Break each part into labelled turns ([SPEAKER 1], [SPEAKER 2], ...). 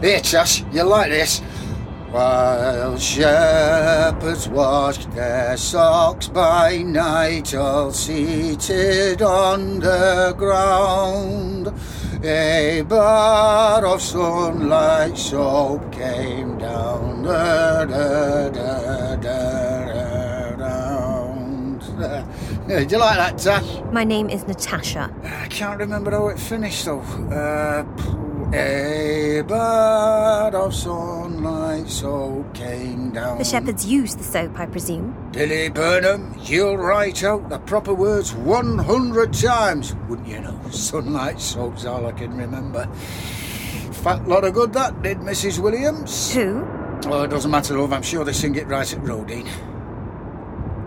[SPEAKER 1] Here, Josh, you like this? While shepherds watched their flocks by night, all seated on the ground, a bar of sunlight soap came down the, the, the, the, the round. Did you like that, Tash?
[SPEAKER 2] My name is Natasha.
[SPEAKER 1] I can't remember how it finished though. Uh, p- a bird of sunlight so came down.
[SPEAKER 2] The shepherds use the soap, I presume.
[SPEAKER 1] Billy Burnham, you'll write out the proper words 100 times, wouldn't you know? Sunlight soap's all I can remember. Fat lot of good that did, Mrs. Williams.
[SPEAKER 2] Who?
[SPEAKER 1] Oh, it doesn't matter, love. I'm sure they sing it right at Rodine.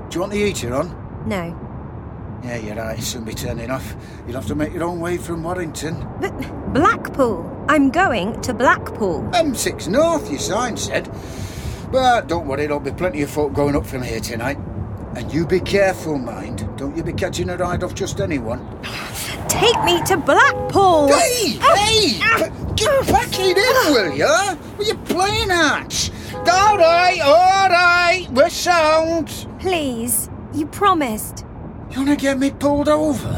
[SPEAKER 1] Do you want the heater on?
[SPEAKER 2] No.
[SPEAKER 1] Yeah, you're right. Soon be turning off. You'll have to make your own way from Warrington.
[SPEAKER 2] But Blackpool. I'm going to Blackpool.
[SPEAKER 1] M6 Um, North, your sign said. But don't worry, there'll be plenty of folk going up from here tonight. And you be careful, mind. Don't you be catching a ride off just anyone.
[SPEAKER 2] Take me to Blackpool!
[SPEAKER 1] Hey!
[SPEAKER 2] Oh,
[SPEAKER 1] Hey!
[SPEAKER 2] ah,
[SPEAKER 1] P- Get back in, will ya? What are you playing at? All right, all right. We're sound.
[SPEAKER 2] Please, you promised.
[SPEAKER 1] You want to get me pulled over?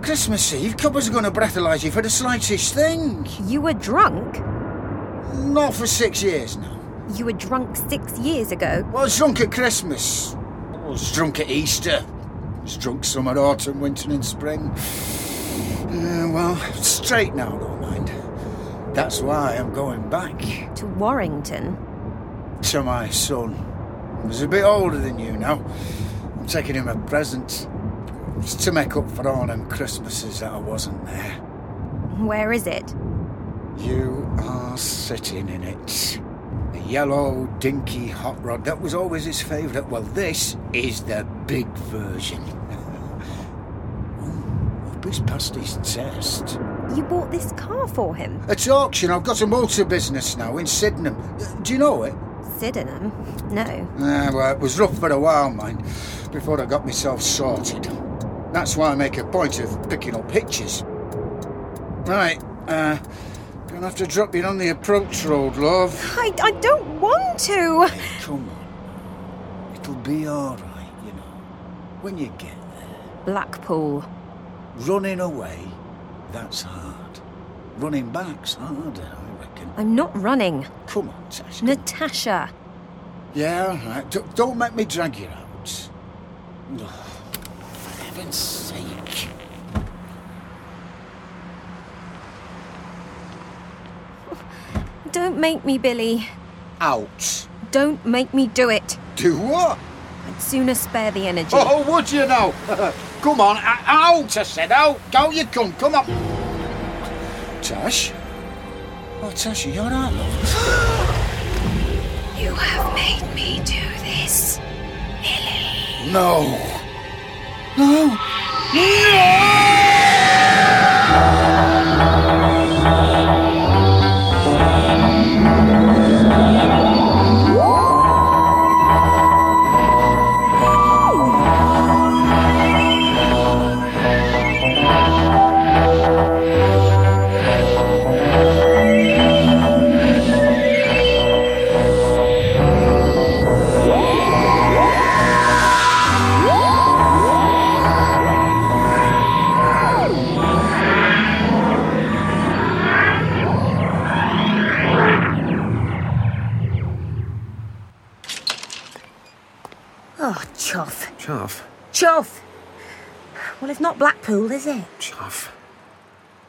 [SPEAKER 1] Christmas Eve, coppers are going to breathalyse you for the slightest thing.
[SPEAKER 2] You were drunk.
[SPEAKER 1] Not for six years now.
[SPEAKER 2] You were drunk six years ago.
[SPEAKER 1] Well, I was drunk at Christmas. I was drunk at Easter. I was drunk summer, autumn, winter, and spring. Uh, well, straight now, don't mind. That's why I'm going back
[SPEAKER 2] To Warrington.
[SPEAKER 1] to my son. He's a bit older than you now. I'm taking him a present. It's to make up for all them Christmases that I wasn't there.
[SPEAKER 2] Where is it?
[SPEAKER 1] You are sitting in it. The yellow, dinky hot rod that was always his favourite. Well, this is the big version. Oh, Ooh, hope he's passed his test.
[SPEAKER 2] You bought this car for him.
[SPEAKER 1] At auction, I've got a motor business now in Sydenham. Uh, Do you know it?
[SPEAKER 2] Sydenham? No.
[SPEAKER 1] Ah, well, it was rough for a while, mind, before I got myself sorted. That's why I make a point of picking up hitches. Right, uh, gonna have to drop you on the approach road, love.
[SPEAKER 2] I, I don't want to.
[SPEAKER 1] Come on. It'll be all right, you know. When you get there,
[SPEAKER 2] Blackpool.
[SPEAKER 1] running away, that's hard. Running back's harder, I reckon.
[SPEAKER 2] I'm not running.
[SPEAKER 1] Come on, Tash.
[SPEAKER 2] Natasha.
[SPEAKER 1] yeah, all right. D- don't make me drag you out. Ugh, for heaven's sake.
[SPEAKER 2] Don't make me, Billy.
[SPEAKER 1] Out.
[SPEAKER 2] Don't make me do it.
[SPEAKER 1] Do what?
[SPEAKER 2] I'd sooner spare the energy.
[SPEAKER 1] Oh, would you now? come on, o- out, I said, out. Go you come, come on. Tash? Oh, Tash, are you all right, love?
[SPEAKER 2] You have made me do this.
[SPEAKER 1] No. No. No!
[SPEAKER 3] Oh, chuff.
[SPEAKER 4] Chaff.
[SPEAKER 3] Chuff! Well, it's not Blackpool, is it?
[SPEAKER 4] Chaff.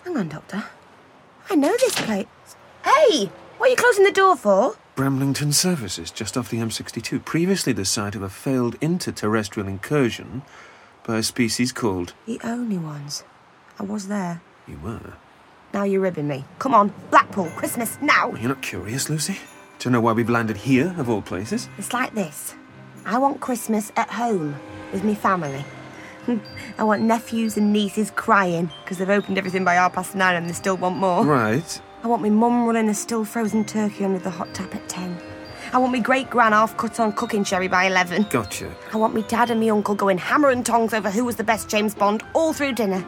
[SPEAKER 3] Hang on, Doctor. I know this place. Hey! What are you closing the door for?
[SPEAKER 4] Bramlington Services, just off the M62, previously the site of a failed interterrestrial incursion by a species called.
[SPEAKER 3] The only ones. I was there.
[SPEAKER 4] You were.
[SPEAKER 3] Now you're ribbing me. Come on, Blackpool, Christmas now!
[SPEAKER 4] Well, you're not curious, Lucy? To know why we've landed here, of all places?
[SPEAKER 3] It's like this I want Christmas at home with me family. I want nephews and nieces crying because they've opened everything by half past nine and they still want more.
[SPEAKER 4] Right.
[SPEAKER 3] I want my mum running a still frozen turkey under the hot tap at 10. I want my great gran half cut on cooking sherry by 11.
[SPEAKER 4] Gotcha.
[SPEAKER 3] I want me dad and me uncle going hammer and tongs over who was the best James Bond all through dinner.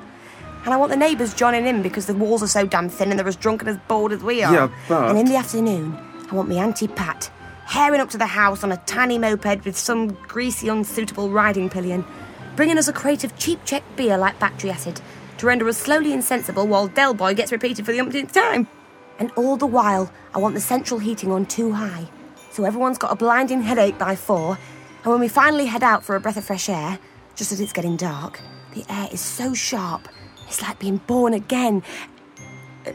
[SPEAKER 3] And I want the neighbours joining in because the walls are so damn thin and they're as drunk and as bored as we are.
[SPEAKER 4] Yeah, but-
[SPEAKER 3] And in the afternoon, I want me Auntie Pat hairing up to the house on a tiny moped with some greasy, unsuitable riding pillion, bringing us a crate of cheap Czech beer like battery acid to render us slowly insensible while Del Boy gets repeated for the umpteenth time. And all the while, I want the central heating on too high, so everyone's got a blinding headache by four. And when we finally head out for a breath of fresh air, just as it's getting dark, the air is so sharp, it's like being born again. Uh,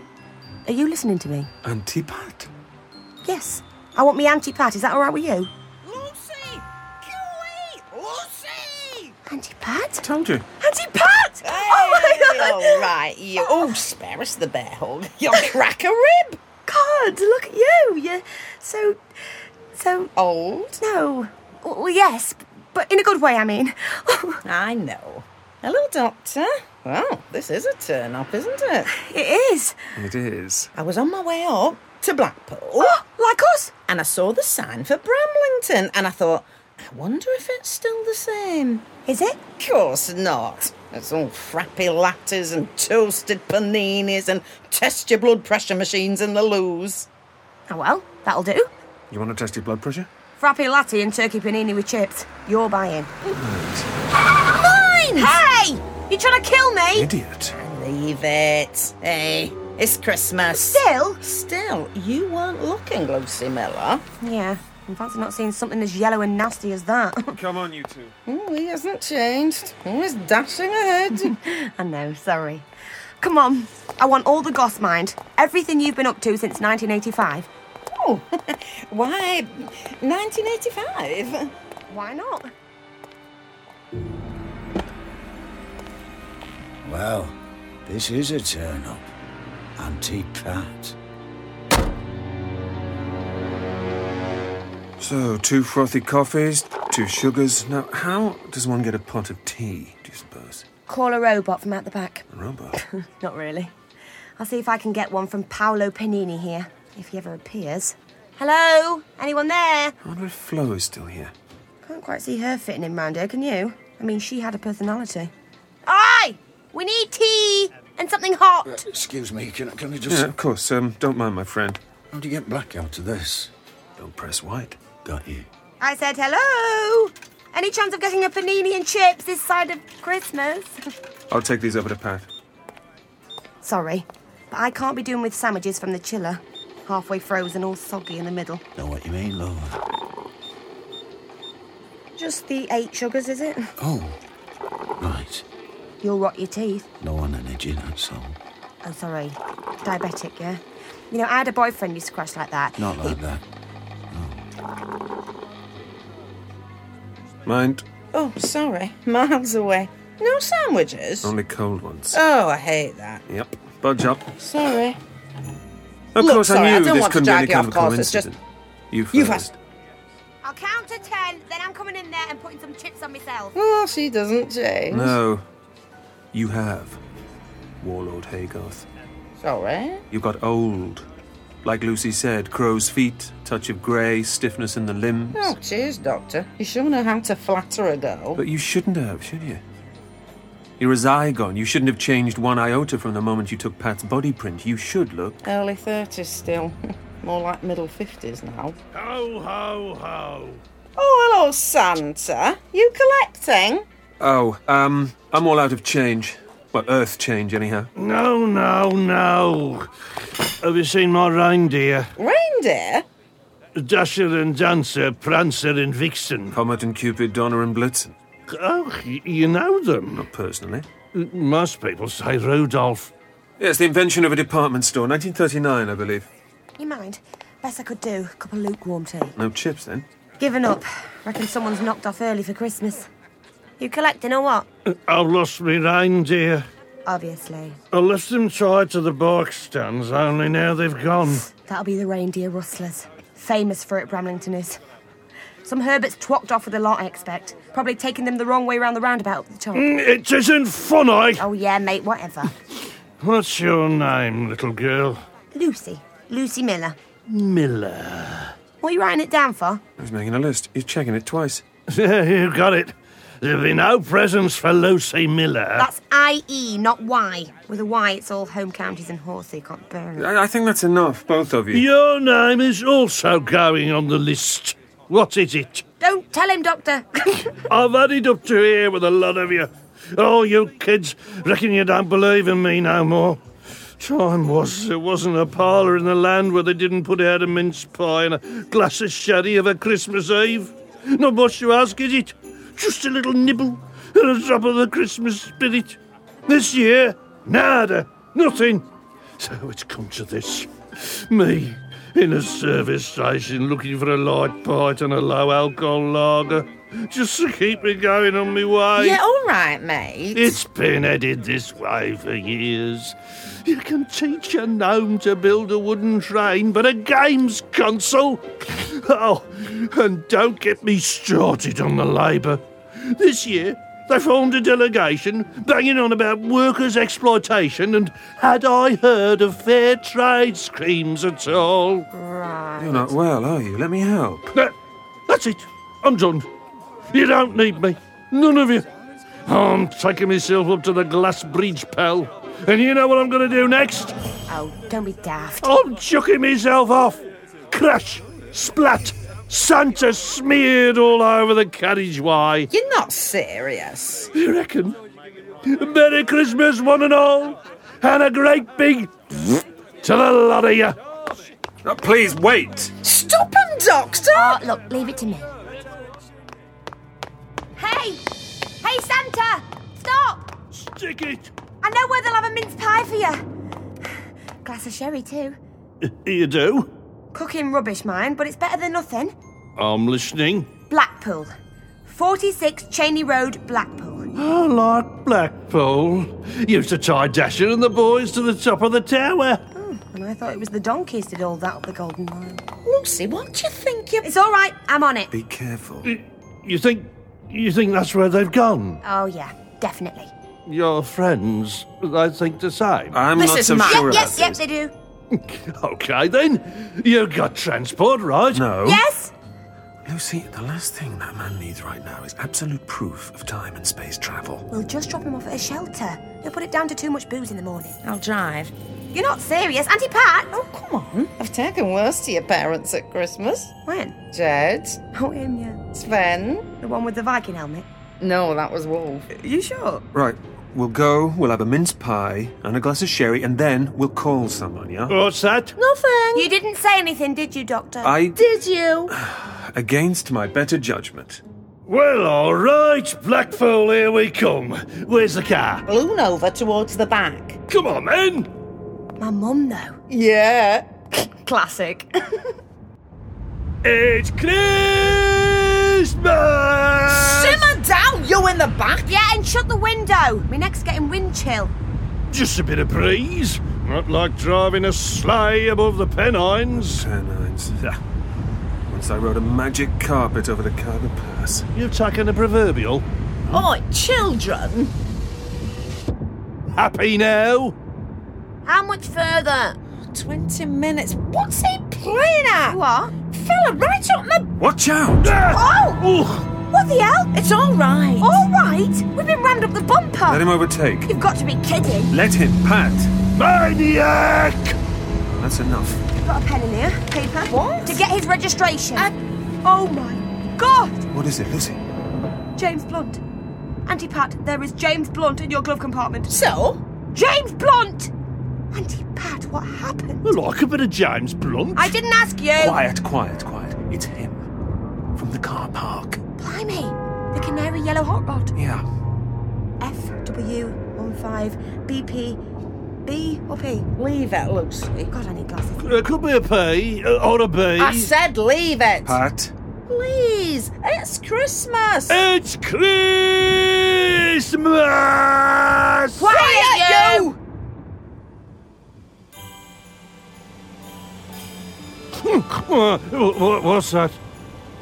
[SPEAKER 3] Are you listening to me?
[SPEAKER 4] Antipat.
[SPEAKER 3] Yes. I want me Auntie Pat. Is that all right with you?
[SPEAKER 5] Lucy! Huey! Lucy!
[SPEAKER 3] Auntie Pat?
[SPEAKER 4] Told you.
[SPEAKER 3] Auntie Pat! oh my
[SPEAKER 5] Hey,
[SPEAKER 3] God!
[SPEAKER 5] All right, you. Oh, spare us the bear hug. You'll crack a rib.
[SPEAKER 3] God, look at you! You're so, so
[SPEAKER 5] Old.
[SPEAKER 3] no. Well, yes, but in a good way. I mean,
[SPEAKER 5] I know. Hello, Doctor. Well, this is a turn up, isn't it?
[SPEAKER 3] it is.
[SPEAKER 4] It is.
[SPEAKER 5] I was on my way up to Blackpool
[SPEAKER 3] Oh, like us.
[SPEAKER 5] and I saw the sign for Bramlington and I thought, I wonder if it's still the same.
[SPEAKER 3] Is it?
[SPEAKER 5] course not. It's all frappy lattes and toasted paninis and test your blood pressure machines in the loos.
[SPEAKER 3] Oh well, that'll do.
[SPEAKER 4] You want to test your blood pressure?
[SPEAKER 3] Frappy latte and turkey panini with chips. You're buying.
[SPEAKER 5] Mine!
[SPEAKER 3] Hey! You trying to kill me?
[SPEAKER 4] Idiot.
[SPEAKER 5] Leave it. Hey, it's Christmas.
[SPEAKER 3] Still?
[SPEAKER 5] Still, you weren't looking, Lucy Miller.
[SPEAKER 3] Yeah. I'm fancy not seeing something as yellow and nasty as that.
[SPEAKER 4] Come on, you two.
[SPEAKER 5] Oh, he hasn't changed. Always dashing ahead.
[SPEAKER 3] I know, sorry. Come on. I want all the goss mind. Everything you've been up to since 1985.
[SPEAKER 5] oh, why? 1985.
[SPEAKER 3] Why not?
[SPEAKER 6] Well, this is a turn up. Auntie Pat.
[SPEAKER 4] So, two frothy coffees, two sugars. Now, how does one get a pot of tea, do you suppose?
[SPEAKER 3] Call a robot from out the back.
[SPEAKER 4] A robot?
[SPEAKER 3] Not really. I'll see if I can get one from Paolo Panini here, if he ever appears. Hello? Anyone there?
[SPEAKER 4] I wonder if Flo is still here.
[SPEAKER 3] Can't quite see her fitting in round here, can you? I mean, she had a personality. Aye! We need tea and something hot.
[SPEAKER 1] Excuse me, can, can I just.
[SPEAKER 4] Yeah, of course. Um, don't mind my friend.
[SPEAKER 1] How do you get black out of this?
[SPEAKER 4] Don't press white.
[SPEAKER 1] Got you.
[SPEAKER 3] I said hello. Any chance of getting a panini and chips this side of Christmas?
[SPEAKER 4] I'll take these over to Pat.
[SPEAKER 3] Sorry, but I can't be doing with sandwiches from the chiller. Halfway frozen, all soggy in the middle.
[SPEAKER 6] Know what you mean, love?
[SPEAKER 3] Just the eight sugars, is it?
[SPEAKER 6] Oh, right.
[SPEAKER 3] You'll rot your teeth.
[SPEAKER 6] No energy, that's all.
[SPEAKER 3] Oh, sorry. Diabetic, yeah? You know, I had a boyfriend who used to crash like that.
[SPEAKER 6] Not like that.
[SPEAKER 4] Hmm. Mind,
[SPEAKER 5] Oh, sorry. Miles away. No sandwiches.
[SPEAKER 4] only cold ones.
[SPEAKER 5] Oh, I hate that.
[SPEAKER 4] Yep. Budge up.
[SPEAKER 5] Sorry.
[SPEAKER 4] Of
[SPEAKER 5] Look,
[SPEAKER 4] course,
[SPEAKER 5] sorry, I
[SPEAKER 4] I knew
[SPEAKER 5] don't
[SPEAKER 4] this
[SPEAKER 5] want to
[SPEAKER 4] couldn't be
[SPEAKER 5] drag
[SPEAKER 4] any
[SPEAKER 5] you
[SPEAKER 4] kind
[SPEAKER 5] off
[SPEAKER 4] of
[SPEAKER 5] course, it's just-
[SPEAKER 4] coincidence. You first.
[SPEAKER 5] You've
[SPEAKER 3] I'll count to ten, then I'm coming in there and putting some chips on myself.
[SPEAKER 5] Well, she doesn't change.
[SPEAKER 4] No. You have. Warlord Haygarth.
[SPEAKER 5] Sorry.
[SPEAKER 4] You got old. Like Lucy said, crow's feet, touch of grey, stiffness in the limbs.
[SPEAKER 5] Oh, cheers, Doctor. You sure know how to flatter a girl.
[SPEAKER 4] But you shouldn't have, should you? You're a Zygon. You shouldn't have changed one iota from the moment you took Pat's body print. You should look.
[SPEAKER 5] Early 30s still. More like middle 50s now.
[SPEAKER 7] Ho, ho, ho.
[SPEAKER 5] Oh, hello, Santa. You collecting?
[SPEAKER 4] Oh, um, I'm all out of change. Well, Earth change, anyhow.
[SPEAKER 7] No, no, no. Have you seen my reindeer?
[SPEAKER 5] Reindeer?
[SPEAKER 7] Dasher and Dancer, Prancer and Vixen.
[SPEAKER 4] Comet and Cupid, Donner and Blitzen.
[SPEAKER 7] Oh, y- you know them.
[SPEAKER 4] Not personally.
[SPEAKER 7] Most people say Rudolph.
[SPEAKER 4] Yes, the invention of a department store, 1939, I believe.
[SPEAKER 3] You mind? Best I could do, a cup of lukewarm tea.
[SPEAKER 4] No chips, then.
[SPEAKER 3] Given up. Reckon someone's knocked off early for Christmas. You collecting or what?
[SPEAKER 7] I lost me reindeer.
[SPEAKER 3] Obviously.
[SPEAKER 7] I left them tied to the bark stands, only now they've gone.
[SPEAKER 3] That'll be the reindeer rustlers. Famous for it, Bramlington is. Some Herbert's twocked off with a lot, I expect. Probably taking them the wrong way round the roundabout at the top.
[SPEAKER 7] Mm, It isn't funny.
[SPEAKER 3] Oh, yeah, mate, whatever.
[SPEAKER 7] What's your name, little girl?
[SPEAKER 3] Lucy. Lucy Miller.
[SPEAKER 7] Miller.
[SPEAKER 3] What are you writing it down for?
[SPEAKER 4] Who's making a list? He's checking it twice.
[SPEAKER 7] you got it. There'll be no presents for Lucy Miller.
[SPEAKER 3] That's IE, not Y. With a Y, it's all home counties and horsey. Can't burn it.
[SPEAKER 8] I, I think that's enough, both of you.
[SPEAKER 7] Your name is also going on the list. What is it?
[SPEAKER 3] Don't tell him, Doctor.
[SPEAKER 7] I've had it up to here with a lot of you. Oh, you kids, reckon you don't believe in me no more. Time was there wasn't a parlour in the land where they didn't put out a mince pie and a glass of sherry of a Christmas Eve. Not much to ask, is it? Just a little nibble and a drop of the Christmas spirit. This year, nada, nothing. So it's come to this. Me in a service station looking for a light pint and a low alcohol lager just to keep me going on my way.
[SPEAKER 5] Yeah, all right, mate.
[SPEAKER 7] It's been headed this way for years. You can teach a gnome to build a wooden train, but a games console? Oh, and don't get me started on the Labour. This year, they formed a delegation banging on about workers' exploitation, and had I heard of fair trade schemes at all?
[SPEAKER 8] You're not well, are you? Let me help.
[SPEAKER 7] That, that's it. I'm done. You don't need me. None of you. I'm taking myself up to the glass bridge, pal. And you know what I'm going to do next?
[SPEAKER 3] oh, don't be daft.
[SPEAKER 7] I'm chucking myself off. Crash, splat, Santa smeared all over the carriageway.
[SPEAKER 5] You're not serious.
[SPEAKER 7] You reckon? Merry Christmas, one and all, and a great big to the lot of you.
[SPEAKER 8] Uh, please wait.
[SPEAKER 5] Stop him, Doctor!
[SPEAKER 3] Oh, look, leave it to me. Hey! Hey, Santa! Stop!
[SPEAKER 7] Stick it.
[SPEAKER 3] I know where they'll have a mince pie for you. Glass of sherry, too.
[SPEAKER 7] You do?
[SPEAKER 3] Cooking rubbish, mind, but it's better than nothing.
[SPEAKER 7] I'm listening.
[SPEAKER 3] Blackpool. 46 Cheney Road, Blackpool.
[SPEAKER 7] I like Blackpool. Used to tie Dasher and the boys to the top of the tower.
[SPEAKER 3] And I thought it was the donkeys did all that up the Golden Line.
[SPEAKER 5] Lucy, what do you think you...
[SPEAKER 3] It's all right, I'm on it.
[SPEAKER 8] Be careful.
[SPEAKER 7] You think you think that's where they've gone?
[SPEAKER 3] Oh, yeah, definitely.
[SPEAKER 7] Your friends, they think the same.
[SPEAKER 8] I'm
[SPEAKER 5] This
[SPEAKER 8] not
[SPEAKER 5] is
[SPEAKER 8] so
[SPEAKER 5] my-
[SPEAKER 8] sure
[SPEAKER 3] Yes, yep,
[SPEAKER 8] about
[SPEAKER 3] they do.
[SPEAKER 7] Okay then, you got transport, right?
[SPEAKER 8] this. No.
[SPEAKER 3] Yes?
[SPEAKER 8] Lucy, the last thing that man needs right now is absolute proof of time and space travel.
[SPEAKER 3] We'll just drop him off at a shelter. He'll put it down to too much booze in the morning.
[SPEAKER 5] I'll drive.
[SPEAKER 3] You're not serious, Auntie Pat? Oh,
[SPEAKER 5] Come on. I've taken worse to your parents at Christmas.
[SPEAKER 3] when?
[SPEAKER 5] Jed,
[SPEAKER 3] Oh, him, yeah.
[SPEAKER 5] Sven.
[SPEAKER 3] The one with the Viking helmet.
[SPEAKER 5] No, that was Wolf.
[SPEAKER 3] you sure?
[SPEAKER 8] Right. We'll go, we'll have a mince pie and a glass of sherry, and then we'll call someone, yeah?
[SPEAKER 7] What's that?
[SPEAKER 5] Nothing.
[SPEAKER 3] You didn't say anything, did you, Doctor?
[SPEAKER 8] I,
[SPEAKER 5] Did you?
[SPEAKER 8] against my better judgment,
[SPEAKER 7] Well, all right, Blackpool, here we come. Where's the car?
[SPEAKER 5] Balloon over towards the back.
[SPEAKER 7] Come on, man.
[SPEAKER 3] My mum, though.
[SPEAKER 5] Yeah.
[SPEAKER 3] Classic.
[SPEAKER 7] It's Christmas.
[SPEAKER 5] Simmer down, you in the back.
[SPEAKER 3] yeah, and shut the window. My neck's getting wind chill.
[SPEAKER 7] Just a bit of breeze. Not like driving a sleigh above the Pennines.
[SPEAKER 8] Pennines. Once I rode a magic carpet over the Carver Pass.
[SPEAKER 7] You've taken the proverbial.
[SPEAKER 5] Oi, children.
[SPEAKER 7] Happy now?
[SPEAKER 3] How much further?
[SPEAKER 5] 20 minutes. What's he playing at?
[SPEAKER 3] What?
[SPEAKER 5] Fella, right up my...
[SPEAKER 8] Watch out!
[SPEAKER 7] Ah!
[SPEAKER 3] Oh! What the hell?
[SPEAKER 5] It's all right.
[SPEAKER 3] All right. We've been rammed up the bumper.
[SPEAKER 8] Let him overtake.
[SPEAKER 3] You've got to be kidding.
[SPEAKER 8] Let him, Pat!
[SPEAKER 7] Ooh, maniac!
[SPEAKER 8] That's enough.
[SPEAKER 3] I've got a pen in here. Paper. What? To get his registration. Oh, my God.
[SPEAKER 8] What is it, Lucy?
[SPEAKER 3] James Blunt. Auntie Pat, there is James Blunt in your glove compartment.
[SPEAKER 5] So,
[SPEAKER 3] James Blunt! Auntie Pat, what happened?
[SPEAKER 7] I like a bit of James Blunt.
[SPEAKER 3] I didn't ask you.
[SPEAKER 8] Quiet, quiet, quiet. It's him. From the car park.
[SPEAKER 3] Blimey, the canary yellow hot rod.
[SPEAKER 8] Yeah.
[SPEAKER 3] FW15 BP B or P?
[SPEAKER 5] leave it, Lucy.
[SPEAKER 3] Oh, God, I need glasses.
[SPEAKER 7] It Uh, could be a P uh, or a B.
[SPEAKER 5] I said leave it.
[SPEAKER 8] Pat?
[SPEAKER 5] Please, it's Christmas.
[SPEAKER 7] It's Christmas!
[SPEAKER 3] Quiet, you!
[SPEAKER 7] Hmm, Wha- wha- What's that?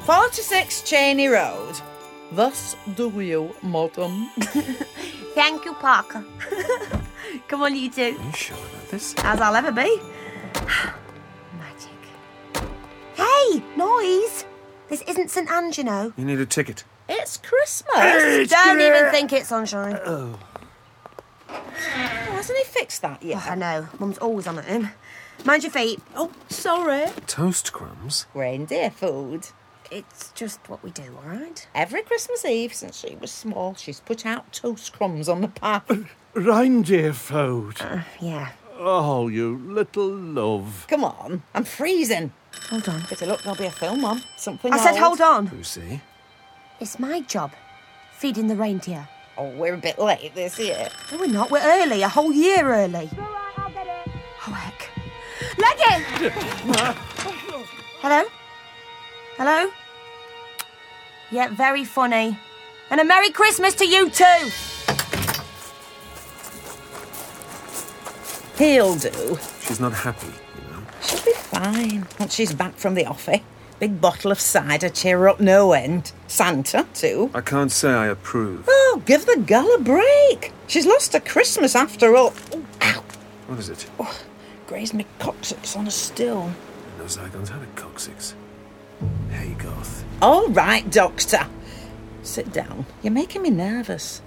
[SPEAKER 5] 46 Cheney Road. Thus do you, madam.
[SPEAKER 3] Thank you, Parker. Come on, you two.
[SPEAKER 8] Are you sure about this?
[SPEAKER 3] As I'll ever be. Magic. Hey, noise! This isn't St Anne's, you know.
[SPEAKER 4] You need a ticket.
[SPEAKER 5] It's Christmas.
[SPEAKER 3] Don't even think it's sunshine.
[SPEAKER 8] Uh,
[SPEAKER 5] Oh, hasn't he fixed that yet?
[SPEAKER 3] Oh, I know. Mum's always on at him. Mind your feet.
[SPEAKER 5] Oh, sorry.
[SPEAKER 4] Toast crumbs?
[SPEAKER 5] Reindeer food.
[SPEAKER 3] It's just what we do, all right?
[SPEAKER 5] Every Christmas Eve since she was small, she's put out toast crumbs on the path.
[SPEAKER 7] Reindeer food.
[SPEAKER 5] Uh.
[SPEAKER 3] Yeah.
[SPEAKER 7] Oh, you little love.
[SPEAKER 5] Come on, I'm freezing.
[SPEAKER 3] Hold on.
[SPEAKER 5] Better look, there'll be a film on. Something
[SPEAKER 3] I said, hold on.
[SPEAKER 4] Lucy?
[SPEAKER 3] It's my job. Feeding the reindeer.
[SPEAKER 5] Oh, we're a bit late this year.
[SPEAKER 3] No, we're not. We're early. A whole year early. Oh, heck. Leg it! Hello? Hello? Yeah, very funny. And a Merry Christmas to you too!
[SPEAKER 5] He'll do.
[SPEAKER 4] She's not happy, you know.
[SPEAKER 5] She'll be fine once she's back from the office. Big bottle of cider cheer her up no end. Santa, too.
[SPEAKER 4] I can't say I approve.
[SPEAKER 5] Oh, give the girl a break. She's lost her Christmas after all. Oh, ow.
[SPEAKER 4] What is it?
[SPEAKER 3] Oh.
[SPEAKER 5] Grazed my coccyx on a still.
[SPEAKER 4] Those icons had a coccyx. Hey, Goth.
[SPEAKER 5] All right, Doctor. Sit down. You're making me nervous.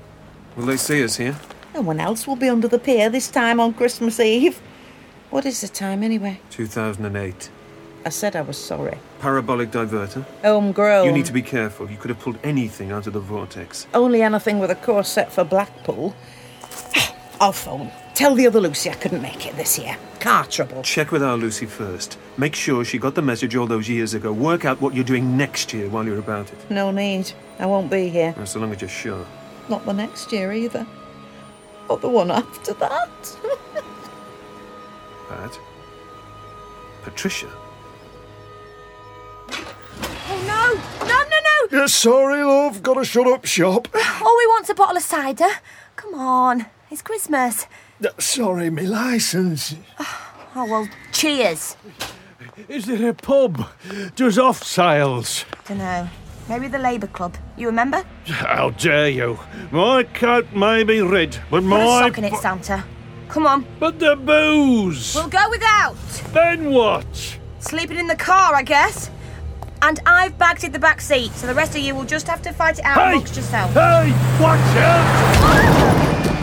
[SPEAKER 4] Will they see us here?
[SPEAKER 5] No one else will be under the pier this time on Christmas Eve. What is the time anyway?
[SPEAKER 4] 2008.
[SPEAKER 5] I said I was sorry.
[SPEAKER 4] Parabolic diverter.
[SPEAKER 5] Homegrown.
[SPEAKER 4] You need to be careful. You could have pulled anything out of the vortex.
[SPEAKER 5] Only anything with a corset for Blackpool. I'll phone. Tell the other Lucy I couldn't make it this year. Car trouble.
[SPEAKER 4] Check with our Lucy first. Make sure she got the message all those years ago. Work out what you're doing next year while you're about it.
[SPEAKER 5] No need. I won't be here.
[SPEAKER 4] Well, so long as you're sure.
[SPEAKER 5] Not the next year either. Or the one after that.
[SPEAKER 4] Pat? Patricia?
[SPEAKER 3] Oh no! No, no, no!
[SPEAKER 7] Yeah, sorry, love. Gotta shut up shop.
[SPEAKER 3] All we want's a bottle of cider. Come on. It's Christmas.
[SPEAKER 7] Sorry, my license.
[SPEAKER 3] Oh well, cheers.
[SPEAKER 7] Is there a pub? Does off sales?
[SPEAKER 3] Dunno. Maybe the Labour Club. You remember?
[SPEAKER 7] How dare you? My coat may be red, but
[SPEAKER 3] Put a
[SPEAKER 7] my.
[SPEAKER 3] sock in it, Santa. Come on.
[SPEAKER 7] But the booze!
[SPEAKER 3] We'll go without.
[SPEAKER 7] then what?
[SPEAKER 3] Sleeping in the car, I guess. And I've bagged it the back seat, so the rest of you will just have to fight it out
[SPEAKER 7] Hey!
[SPEAKER 3] amongst yourselves.
[SPEAKER 7] Hey! Watch out!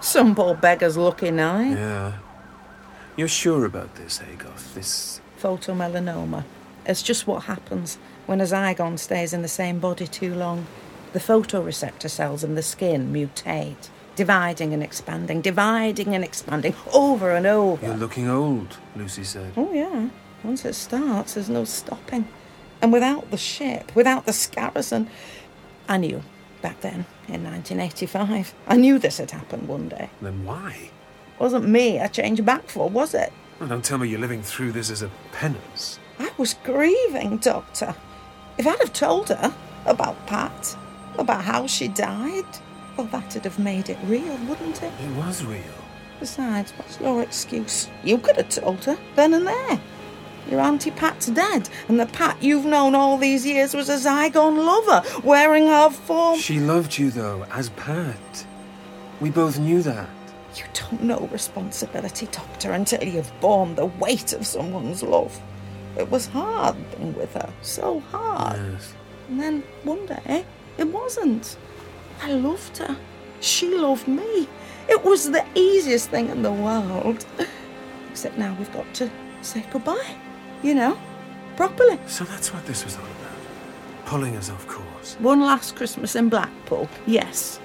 [SPEAKER 5] Some poor beggar's lucky night.
[SPEAKER 4] Yeah. You're sure about this, hey, Goth? This.
[SPEAKER 5] Photomelanoma. It's just what happens when a zygon stays in the same body too long. The photoreceptor cells in the skin mutate, dividing and expanding, dividing and expanding over and over.
[SPEAKER 4] You're looking old, Lucy said.
[SPEAKER 5] Oh, yeah. Once it starts, there's no stopping. And without the ship, without the Scarrison, I knew back then in 1985. I knew this had happened one day.
[SPEAKER 4] Then why?
[SPEAKER 5] Wasn't me I changed back for, was it?
[SPEAKER 4] Well, don't tell me you're living through this as a penance.
[SPEAKER 5] I was grieving, Doctor. If I'd have told her about Pat, about how she died, well, that'd have made it real, wouldn't it?
[SPEAKER 4] It was real.
[SPEAKER 5] Besides, what's your excuse? You could have told her then and there. Your Auntie Pat's dead, and the Pat you've known all these years was a Zygon lover, wearing her form.
[SPEAKER 4] She loved you, though, as Pat. We both knew that.
[SPEAKER 5] You don't know responsibility, Doctor, until you've borne the weight of someone's love. It was hard being with her, so hard.
[SPEAKER 4] Yes.
[SPEAKER 5] And then one day, it wasn't. I loved her. She loved me. It was the easiest thing in the world. Except now we've got to say goodbye, you know, properly.
[SPEAKER 4] So that's what this was all about. Pulling us off course.
[SPEAKER 5] One last Christmas in Blackpool, yes.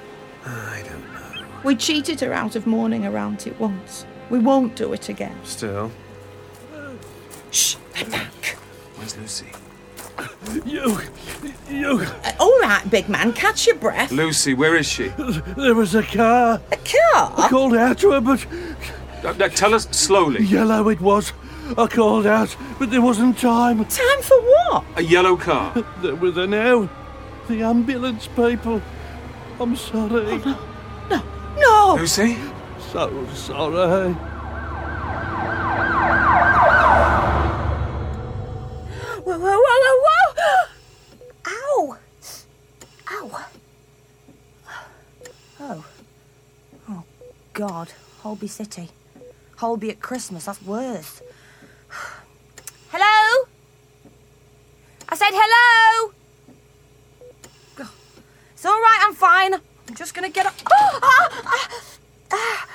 [SPEAKER 4] I don't know.
[SPEAKER 5] We cheated her out of mourning around it once. We won't do it again.
[SPEAKER 4] Still,
[SPEAKER 5] Shh, they're back.
[SPEAKER 4] where's Lucy?
[SPEAKER 7] You. You.
[SPEAKER 5] Uh, all right, big man, catch your breath.
[SPEAKER 4] Lucy, where is she? Uh,
[SPEAKER 7] There was a car.
[SPEAKER 5] A car?
[SPEAKER 7] Called out to her, but
[SPEAKER 4] uh, tell us slowly.
[SPEAKER 7] yellow it was. I called out, but there wasn't time.
[SPEAKER 5] Time for what?
[SPEAKER 4] A yellow car.
[SPEAKER 7] There were there now. The ambulance people. I'm sorry.
[SPEAKER 5] Oh, No!
[SPEAKER 4] Lucy?
[SPEAKER 7] So sorry.
[SPEAKER 3] Whoa, whoa, whoa, whoa, whoa! Ow! Ow! Oh. Oh, God. Holby City. Holby at Christmas, that's worse. Hello? I said hello! Ugh. It's all right, I'm fine. I'm just gonna get up. Oh, ah, ah, ah.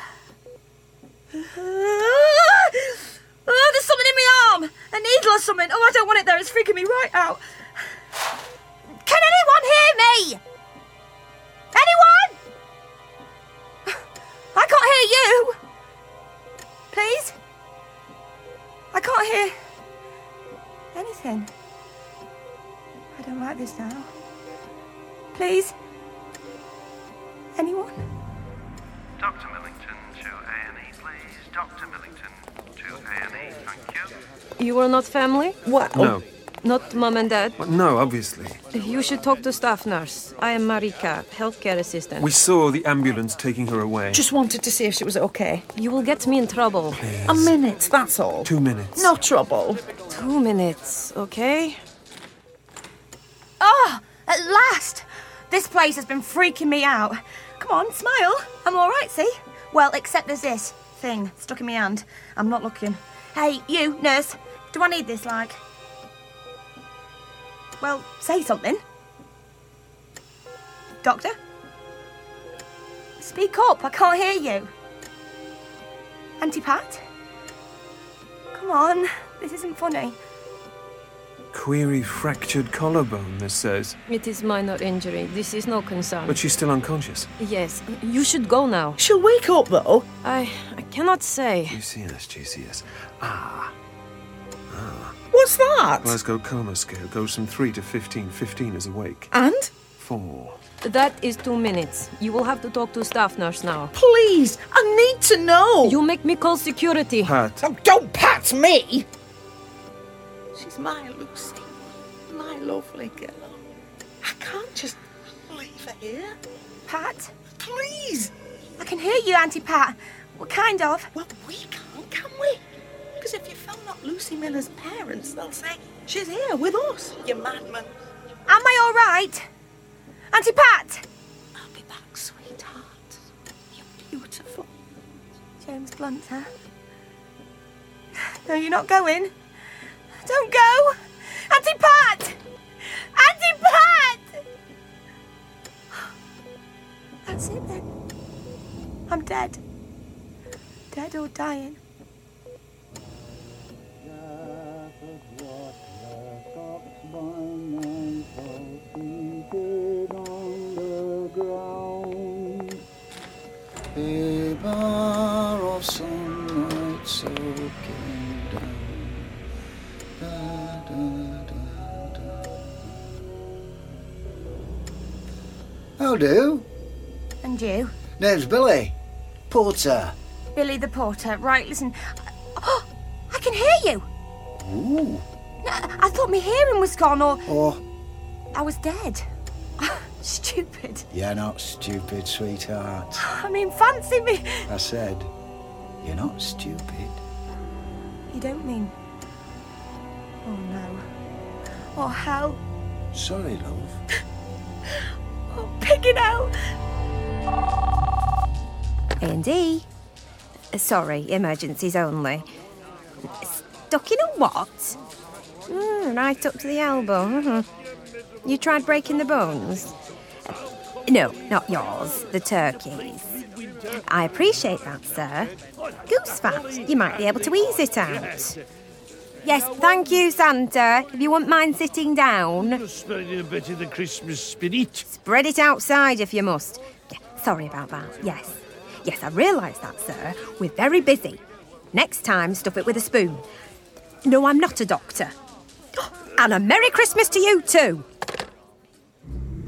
[SPEAKER 3] Oh, there's something in my arm! A needle or something. Oh, I don't want it there. It's freaking me right out. Can anyone hear me? Anyone? I can't hear you. Please? I can't hear anything. I don't like this now. Please? Anyone?
[SPEAKER 9] Dr. Millington to A&E, please. Dr. Millington to A&E, thank you.
[SPEAKER 10] You are not family?
[SPEAKER 5] Wow.
[SPEAKER 8] No.
[SPEAKER 10] Oh, Not mom and dad?
[SPEAKER 8] Well, Oh. no, obviously.
[SPEAKER 10] You should talk to staff nurse. I am Marika, healthcare assistant.
[SPEAKER 8] We saw the ambulance taking her away.
[SPEAKER 5] Just wanted to see if she was okay.
[SPEAKER 10] You will get me in trouble.
[SPEAKER 5] A minute, that's all.
[SPEAKER 8] Two minutes.
[SPEAKER 5] No trouble.
[SPEAKER 10] Two minutes, okay?
[SPEAKER 3] Oh, at last! This place has been freaking me out. Come on, smile. I'm all right, see? Well, except there's this thing stuck in my hand. I'm not looking. Hey, you, nurse, do I need this, like? Well, say something. Doctor? Speak up, I can't hear you. Auntie Pat? Come on, this isn't funny.
[SPEAKER 8] Query fractured collarbone, this says.
[SPEAKER 10] It is minor injury. This is no concern.
[SPEAKER 8] But she's still unconscious.
[SPEAKER 10] yes, you should go now.
[SPEAKER 5] She'll wake up though.
[SPEAKER 10] I I cannot say.
[SPEAKER 8] UCS, GCS.
[SPEAKER 5] What's that?
[SPEAKER 8] Glasgow Coma Scale goes from 3 to 15. 15 is awake.
[SPEAKER 5] And
[SPEAKER 8] 4.
[SPEAKER 10] That is two minutes. You will have to talk to staff nurse now.
[SPEAKER 5] please, I need to know.
[SPEAKER 10] You make me call security.
[SPEAKER 8] Pat.
[SPEAKER 5] Oh, don't pat me! She's my Lucy, my lovely girl. I can't just leave her here.
[SPEAKER 3] Pat?
[SPEAKER 5] Please!
[SPEAKER 3] I can hear you, Auntie Pat. Well, kind of.
[SPEAKER 5] Well, we can't, can we? Because if you found out Lucy Miller's parents, they'll say, She's here with us, you madman.
[SPEAKER 3] Am I all right? Auntie Pat!
[SPEAKER 5] I'll be back, sweetheart. You're beautiful.
[SPEAKER 3] James Blunt, huh? No, you're not going. Don't go! Auntie Pat! Auntie Pat! That's it then. I'm dead. Dead or dying.
[SPEAKER 1] A bar of sunlight soaking down. Da, da, da, da, da. How do?
[SPEAKER 3] And you?
[SPEAKER 1] Name's Billy. Porter.
[SPEAKER 3] Billy the Porter. Right, listen. Oh, I can hear you!
[SPEAKER 1] Ooh.
[SPEAKER 3] No, I thought my hearing was gone or
[SPEAKER 1] Oh,
[SPEAKER 3] I was dead. Stupid.
[SPEAKER 1] you're not stupid, sweetheart.
[SPEAKER 3] I mean, fancy me.
[SPEAKER 1] I said, you're not stupid.
[SPEAKER 3] You don't mean. Oh no. Oh hell.
[SPEAKER 1] Sorry, love.
[SPEAKER 3] Oh, pick it out.
[SPEAKER 2] A&E. E. Sorry, emergencies only. Stuck in a what? Mm, right up to the elbow. mhm. You tried breaking the bones? No, not yours. The turkeys. I appreciate that, sir. Goose fat. You might be able to ease it out. Yes, thank you, Santa. If you wouldn't mind sitting
[SPEAKER 5] Oh,
[SPEAKER 2] down,
[SPEAKER 7] Just spreading a bit of the Christmas spirit.
[SPEAKER 2] spread it outside if you must. Yeah, sorry about that. Yes. Yes, I realise that, sir. We're very busy. Next time, stuff it with a spoon. No, I'm not a doctor. And a Merry Christmas to you, too.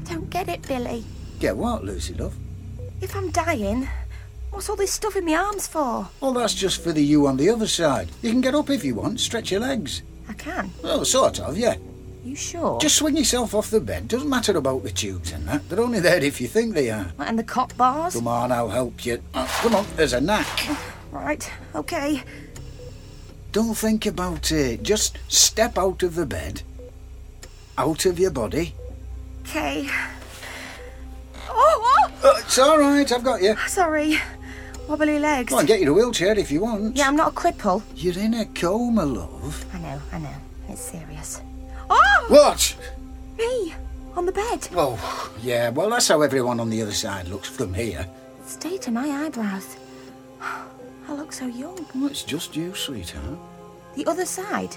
[SPEAKER 3] Don't get it, Billy.
[SPEAKER 1] Get what, Lucy, love?
[SPEAKER 3] If I'm dying, what's all this stuff in my arms for?
[SPEAKER 1] Well, that's just for the you on the other side. You can get up if you want, stretch your legs.
[SPEAKER 3] I can.
[SPEAKER 1] Well, sort of, yeah.
[SPEAKER 3] You sure?
[SPEAKER 1] Just swing yourself off the bed. Doesn't matter about the tubes and that. They're only there if you think they are.
[SPEAKER 3] And the cop bars?
[SPEAKER 1] Come on, I'll help you. Oh, come on, there's a knack.
[SPEAKER 3] Right. Okay.
[SPEAKER 1] Don't think about it. Just step out of the bed. Out of your body.
[SPEAKER 3] Okay. Oh, oh!
[SPEAKER 1] Uh, It's all right, I've got you.
[SPEAKER 3] Ah, Sorry.
[SPEAKER 5] wobbly legs.
[SPEAKER 1] Well, I can get you a wheelchair if you want.
[SPEAKER 3] Yeah, I'm not a cripple.
[SPEAKER 1] You're in a coma, love.
[SPEAKER 3] I know, I know. It's serious. Oh!
[SPEAKER 1] What?
[SPEAKER 3] Me! On the bed.
[SPEAKER 1] Oh, yeah, well, that's how everyone on the other side looks from here.
[SPEAKER 3] State of my eyebrows. I look so young.
[SPEAKER 1] Well, it's just you, sweetheart.
[SPEAKER 3] The other side.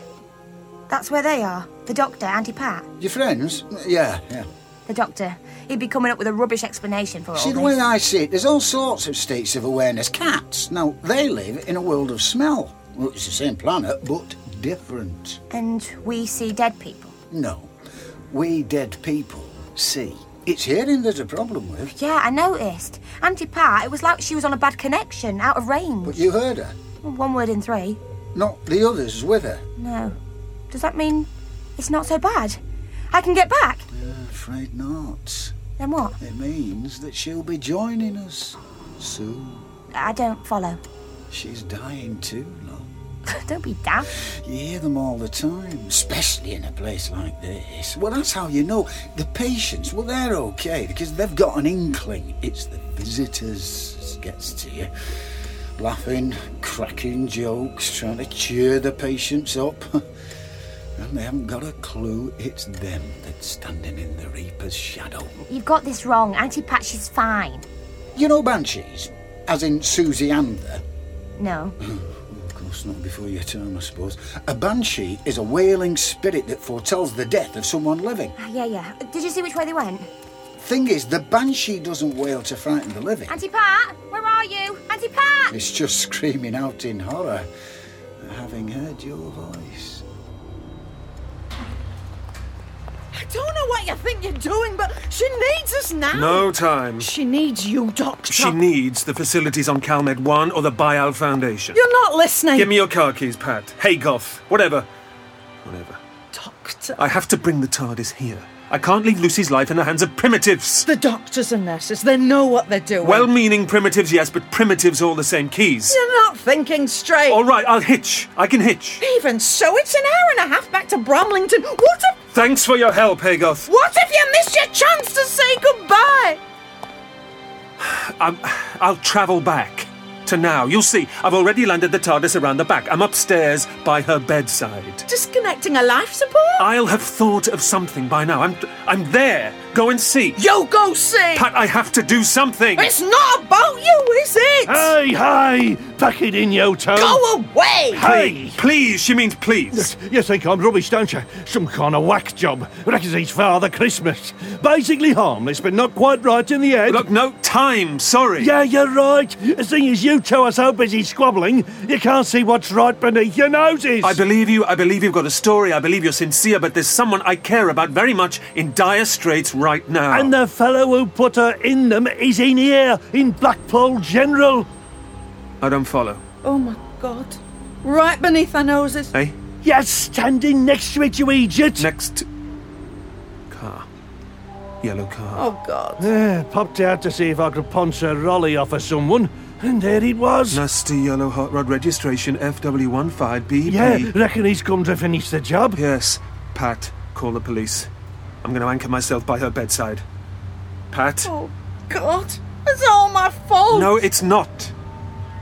[SPEAKER 3] That's where they are. The doctor, Auntie Pat.
[SPEAKER 1] Your friends? Yeah, yeah.
[SPEAKER 3] The doctor. He'd be coming up with a rubbish explanation for all
[SPEAKER 1] See, the
[SPEAKER 3] this.
[SPEAKER 1] way I see it, there's all sorts of states of awareness. Cats, now, they live in a world of smell. Well, it's the same planet, but different.
[SPEAKER 3] And we see dead people.
[SPEAKER 1] No, we dead people see. It's hearing there's a problem with.
[SPEAKER 3] Yeah, I noticed. Auntie Pat, it was like she was on a bad connection, out of range.
[SPEAKER 1] But you heard her,
[SPEAKER 3] One word in three.
[SPEAKER 1] not the others with her.
[SPEAKER 3] No. Does that mean it's not so bad? I can get back?
[SPEAKER 1] I'm afraid not.
[SPEAKER 3] Then what?
[SPEAKER 1] It means that she'll be joining us soon.
[SPEAKER 3] I don't follow.
[SPEAKER 1] She's dying too, love.
[SPEAKER 3] don't be daft.
[SPEAKER 1] You hear them all the time, especially in a place like this. Well, that's how you know. The patients, well, they're okay because they've got an inkling. It's the visitors that gets to you. Laughing, cracking jokes, trying to cheer the patients up. And they haven't got a clue it's them that's standing in the Reaper's shadow.
[SPEAKER 3] You've got this wrong. Auntie Pat, she's fine.
[SPEAKER 1] You know banshees? As in Susie and the.
[SPEAKER 3] No.
[SPEAKER 1] Of course, not before your time, I suppose. A banshee is a wailing spirit that foretells the death of someone living.
[SPEAKER 3] Ah, Yeah, yeah. Did you see which way they went?
[SPEAKER 1] Thing is, the banshee doesn't wail to frighten the living.
[SPEAKER 3] Auntie Pat, where are you? Auntie Pat!
[SPEAKER 1] It's just screaming out in horror, having heard your voice.
[SPEAKER 5] I don't know what you think you're doing, but she needs us now.
[SPEAKER 4] No time.
[SPEAKER 5] She needs you, Doctor.
[SPEAKER 4] She needs the facilities on CalMed 1 or the Bial Foundation.
[SPEAKER 5] You're not listening.
[SPEAKER 4] Give me your car keys, Pat. Hey, Goff. Whatever. Whatever.
[SPEAKER 5] Doctor.
[SPEAKER 4] I have to bring the TARDIS here. I can't leave Lucy's life in the hands of primitives.
[SPEAKER 5] The doctors and nurses, they know what they're doing.
[SPEAKER 4] Well meaning primitives, yes, but primitives all the same keys.
[SPEAKER 5] you're not thinking straight.
[SPEAKER 4] All right, I'll hitch. I can hitch.
[SPEAKER 5] Even so, it's an hour and a half back to Bromlington. What if.
[SPEAKER 4] Thanks for your help, Hagoth.
[SPEAKER 5] What if you miss your chance to say goodbye?
[SPEAKER 4] I'm, Um, I'll travel back to now. You'll see, I've already landed the TARDIS around the back. I'm upstairs by her bedside.
[SPEAKER 5] Disconnecting a life support?
[SPEAKER 4] I'll have thought of something by now. I'm, I'm there. Go and see.
[SPEAKER 5] Yo, go see.
[SPEAKER 4] Pat, I have to do something.
[SPEAKER 5] It's not about you, is it?
[SPEAKER 7] Hey, hey! Pack it in, yo, toe.
[SPEAKER 5] go away.
[SPEAKER 7] Hey!
[SPEAKER 4] Please, she means please.
[SPEAKER 7] You think I'm rubbish, don't you? Some kind of whack job. Reckons he's Father Christmas. Basically harmless, but not quite right in the head.
[SPEAKER 4] Look, no time. Sorry.
[SPEAKER 7] Yeah, you're right. The thing is, you two are so busy squabbling, you can't see what's right beneath your noses.
[SPEAKER 4] I believe you. I believe you've got a story. I believe you're sincere. But there's someone I care about very much in dire straits right now.
[SPEAKER 7] And the fellow who put her in them is in here, in Blackpool General.
[SPEAKER 4] I don't follow.
[SPEAKER 5] Oh my god. Right beneath our noses.
[SPEAKER 4] Hey,
[SPEAKER 7] You're standing next to it, you idiot.
[SPEAKER 4] next car, yellow car.
[SPEAKER 5] Oh god.
[SPEAKER 7] Yeah, popped out to see if I could punch a rolly off of someone, and there it was.
[SPEAKER 4] Nasty yellow hot rod registration FW15BP.
[SPEAKER 7] yeah, reckon he's come to finish the job.
[SPEAKER 4] Yes, Pat, call the police. I'm going to anchor myself by her bedside. Pat.
[SPEAKER 5] Oh god. It's all my fault.
[SPEAKER 4] No, it's not.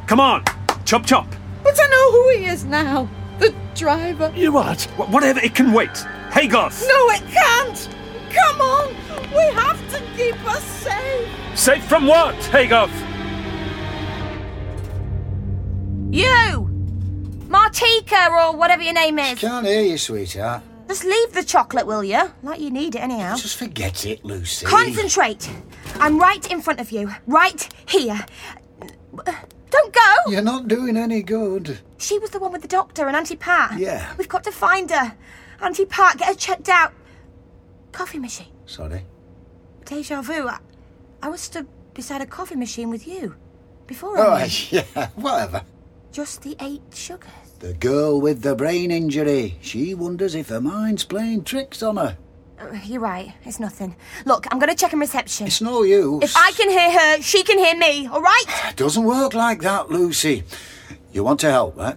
[SPEAKER 4] Come on, chop chop.
[SPEAKER 5] But I know who he is now. The driver.
[SPEAKER 7] You what?
[SPEAKER 4] Wh- Whatever, it can wait. Hey, Goth.
[SPEAKER 5] No, it can't. Come on. We have to keep us safe.
[SPEAKER 4] Safe from what? Hey, Goth.
[SPEAKER 3] You! Martika, or whatever your name is.
[SPEAKER 1] Can't hear you, sweetheart.
[SPEAKER 3] Just leave the chocolate, will you? Like you need it anyhow.
[SPEAKER 1] Just forget it, Lucy.
[SPEAKER 3] Concentrate. I'm right in front of you. Right here. Don't go!
[SPEAKER 1] You're not doing any good.
[SPEAKER 3] She was the one with the doctor and Auntie Pat.
[SPEAKER 1] Yeah.
[SPEAKER 3] We've got to find her. Auntie Pat, get her checked out. Coffee machine.
[SPEAKER 1] Sorry.
[SPEAKER 3] Deja vu. I, I was stood beside a coffee machine with you. Before I
[SPEAKER 1] Oh,
[SPEAKER 3] knew.
[SPEAKER 1] yeah, whatever.
[SPEAKER 3] Just the eight sugars.
[SPEAKER 1] The girl with the brain injury. She wonders if her mind's playing tricks on her.
[SPEAKER 3] Uh, You're right. It's nothing. Look, I'm going to check in reception.
[SPEAKER 1] It's no use.
[SPEAKER 3] If I can hear her, she can hear me, all right?
[SPEAKER 1] It doesn't work like that, Lucy. You want to help, eh?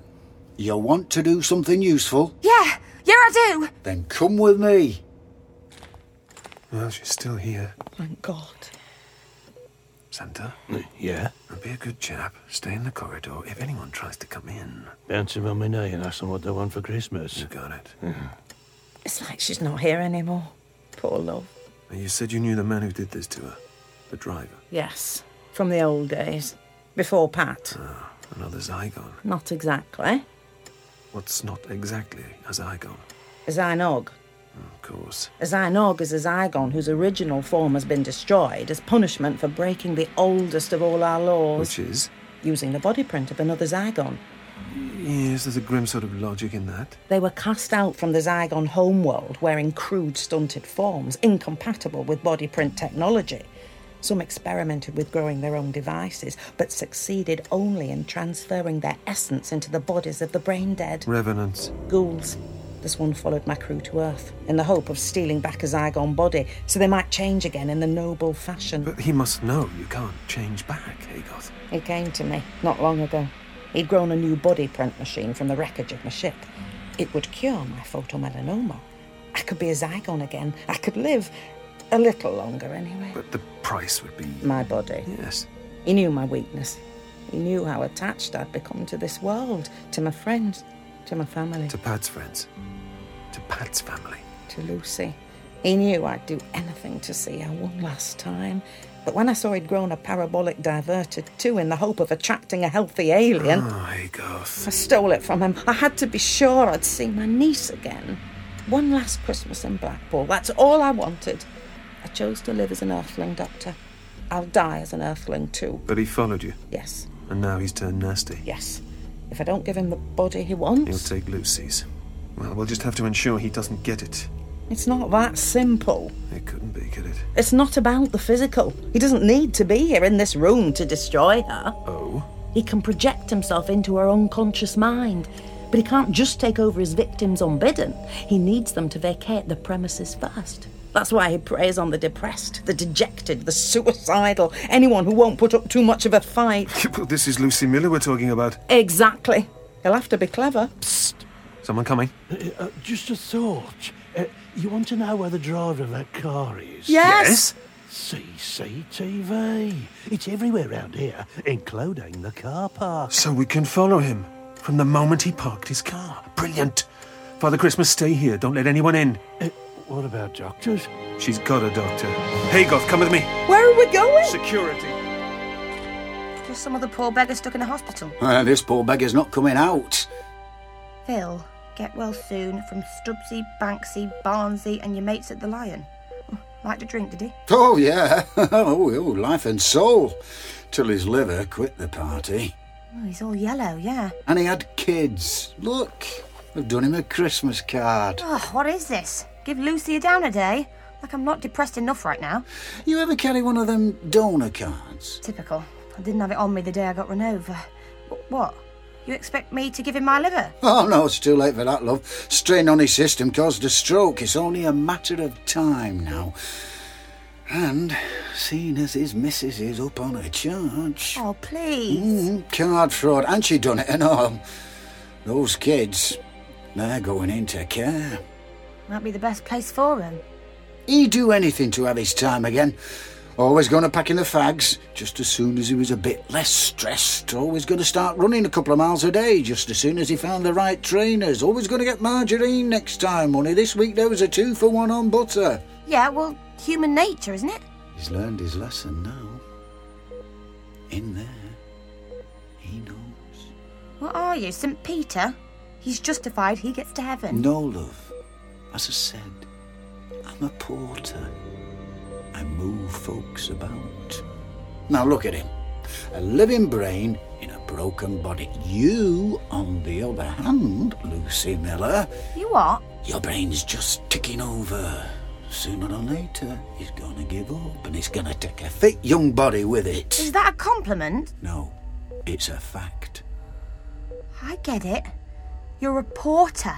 [SPEAKER 1] You want to do something useful?
[SPEAKER 3] Yeah. Yeah, I do.
[SPEAKER 1] Then come with me.
[SPEAKER 4] Well, she's still here.
[SPEAKER 5] Thank God.
[SPEAKER 4] Santa,
[SPEAKER 7] Yeah?
[SPEAKER 4] be a good chap. Stay in the corridor. If anyone tries to come in,
[SPEAKER 7] Bounce him on my knee and ask them what they want for Christmas. Mm.
[SPEAKER 4] you got it.
[SPEAKER 5] It's like she's not here anymore. Poor love.
[SPEAKER 4] And you said you knew the man who did this to her, the driver.
[SPEAKER 5] Yes, from the old days. Before Pat.
[SPEAKER 4] Ah. Another Zygon.
[SPEAKER 5] Not exactly.
[SPEAKER 4] What's not exactly a Zygon?
[SPEAKER 5] A Zynog.
[SPEAKER 4] Of course.
[SPEAKER 5] A Zynog is a Zygon whose original form has been destroyed as punishment for breaking the oldest of all our laws
[SPEAKER 4] Which is?
[SPEAKER 5] using the body print of another Zygon.
[SPEAKER 4] Yes, there's a grim sort of logic in that.
[SPEAKER 5] They were cast out from the Zygon homeworld wearing crude, stunted forms incompatible with body print technology. Some experimented with growing their own devices, but succeeded only in transferring their essence into the bodies of the brain dead
[SPEAKER 4] Revenants.
[SPEAKER 5] ghouls. This one followed my crew to Earth in the hope of stealing back a Zygon body so they might change again in the noble fashion.
[SPEAKER 4] But he must know you can't change back, Agoth.
[SPEAKER 5] He came to me not long ago. He'd grown a new body print machine from the wreckage of my ship. It would cure my photomelanoma. I could be a Zygon again. I could live a little longer anyway.
[SPEAKER 4] But the price would be.
[SPEAKER 5] My body.
[SPEAKER 4] Yes.
[SPEAKER 5] He knew my weakness. He knew how attached I'd become to this world, to my friends, to my family,
[SPEAKER 4] To Pat's friends. To Pat's family.
[SPEAKER 5] to Lucy. He knew I'd do anything to see her one last time. But when I saw he'd grown a parabolic diverter too in the hope of attracting a healthy alien,
[SPEAKER 4] Oh, Agoth.
[SPEAKER 5] I stole it from him. I had to be sure I'd see my niece again. One last Christmas in Blackpool. That's all I wanted. I chose to live as an earthling, Doctor. I'll die as an earthling, too.
[SPEAKER 4] But he followed you,
[SPEAKER 5] Yes,
[SPEAKER 4] and now he's turned nasty.
[SPEAKER 5] yes. If I don't give him the body he
[SPEAKER 4] He'll
[SPEAKER 5] wants,
[SPEAKER 4] take Lucy's. Well, we'll just have to ensure he doesn't get it.
[SPEAKER 5] it's not that simple.
[SPEAKER 4] It couldn't be, could it?
[SPEAKER 5] It's not about the physical. He doesn't need to be here in this room to destroy her.
[SPEAKER 4] Oh?
[SPEAKER 3] He can project himself into her unconscious mind, but he can't just take over his victims unbidden. He needs them to vacate the premises first.
[SPEAKER 5] That's why he preys on the depressed, the dejected, the suicidal, anyone who won't put up too much of a fight.
[SPEAKER 4] Well, this is Lucy Miller we're talking about.
[SPEAKER 5] Exactly. He'll have to be clever.
[SPEAKER 4] Someone coming?
[SPEAKER 7] Uh, just a thought. Uh, you want to know where the driver of that car is?
[SPEAKER 5] Yes.
[SPEAKER 7] CCTV. It's everywhere round here, including the car park.
[SPEAKER 4] So we can follow him from the moment he parked his car. Ah, Brilliant. Father Christmas, stay here. Don't let anyone in.
[SPEAKER 7] Eh, What about doctors?
[SPEAKER 4] She's got a doctor. Hagoth, come with me.
[SPEAKER 5] Where are we going?
[SPEAKER 4] Security.
[SPEAKER 3] Just some other poor beggar stuck in a hospital.
[SPEAKER 1] Ah, this poor beggar's not coming out.
[SPEAKER 3] Phil, get well soon from Stubbsy, Banksy, Barnsey, and your mates at the Lion. Mm, Liked a drink, did he?
[SPEAKER 1] Oh, yeah. oh, oh, life and soul. Till his liver quit the party.
[SPEAKER 3] Oh, he's all yellow, yeah.
[SPEAKER 1] And he had kids. Look, I've done him a Christmas card.
[SPEAKER 3] Oh, what is this? Give Lucy a down a day? Like I'm not depressed enough right now.
[SPEAKER 1] You ever carry one of them donor cards?
[SPEAKER 3] Typical. I didn't have it on me the day I got run over. Wh- What? You expect me to give him my liver?
[SPEAKER 1] Oh, no, it's too late for that, love. Strain on his system caused a stroke. It's only a matter of time now. And seeing as his missus is up on a charge.
[SPEAKER 3] Oh, please.
[SPEAKER 1] Mm, card fraud, and she done it and all. Those kids, they're going into care. Mm.
[SPEAKER 3] Might be the best place for him.
[SPEAKER 1] He'd do anything to have his time again. Always going to pack in the fags, just as soon as he was a bit less stressed. Always going to start running a couple of miles a day, just as soon as he found the right trainers. Always going to get margarine next time, honey. This week there was a two for one on butter.
[SPEAKER 3] Yeah, well, human nature, isn't it?
[SPEAKER 1] He's learned his lesson now. In there, he knows.
[SPEAKER 3] What are you, St. Peter? He's justified, he gets to heaven.
[SPEAKER 1] No, love. As I said, I'm a porter. I move folks about. Now look at him. A living brain in a broken body. You, on the other hand, Lucy Miller,
[SPEAKER 3] You what?
[SPEAKER 1] your brain's just ticking over. Sooner or later, he's gonna give up and he's gonna take a fit young body with
[SPEAKER 3] Is
[SPEAKER 1] it.
[SPEAKER 3] that a compliment?
[SPEAKER 1] No, it's a fact.
[SPEAKER 3] I get it. You're a porter.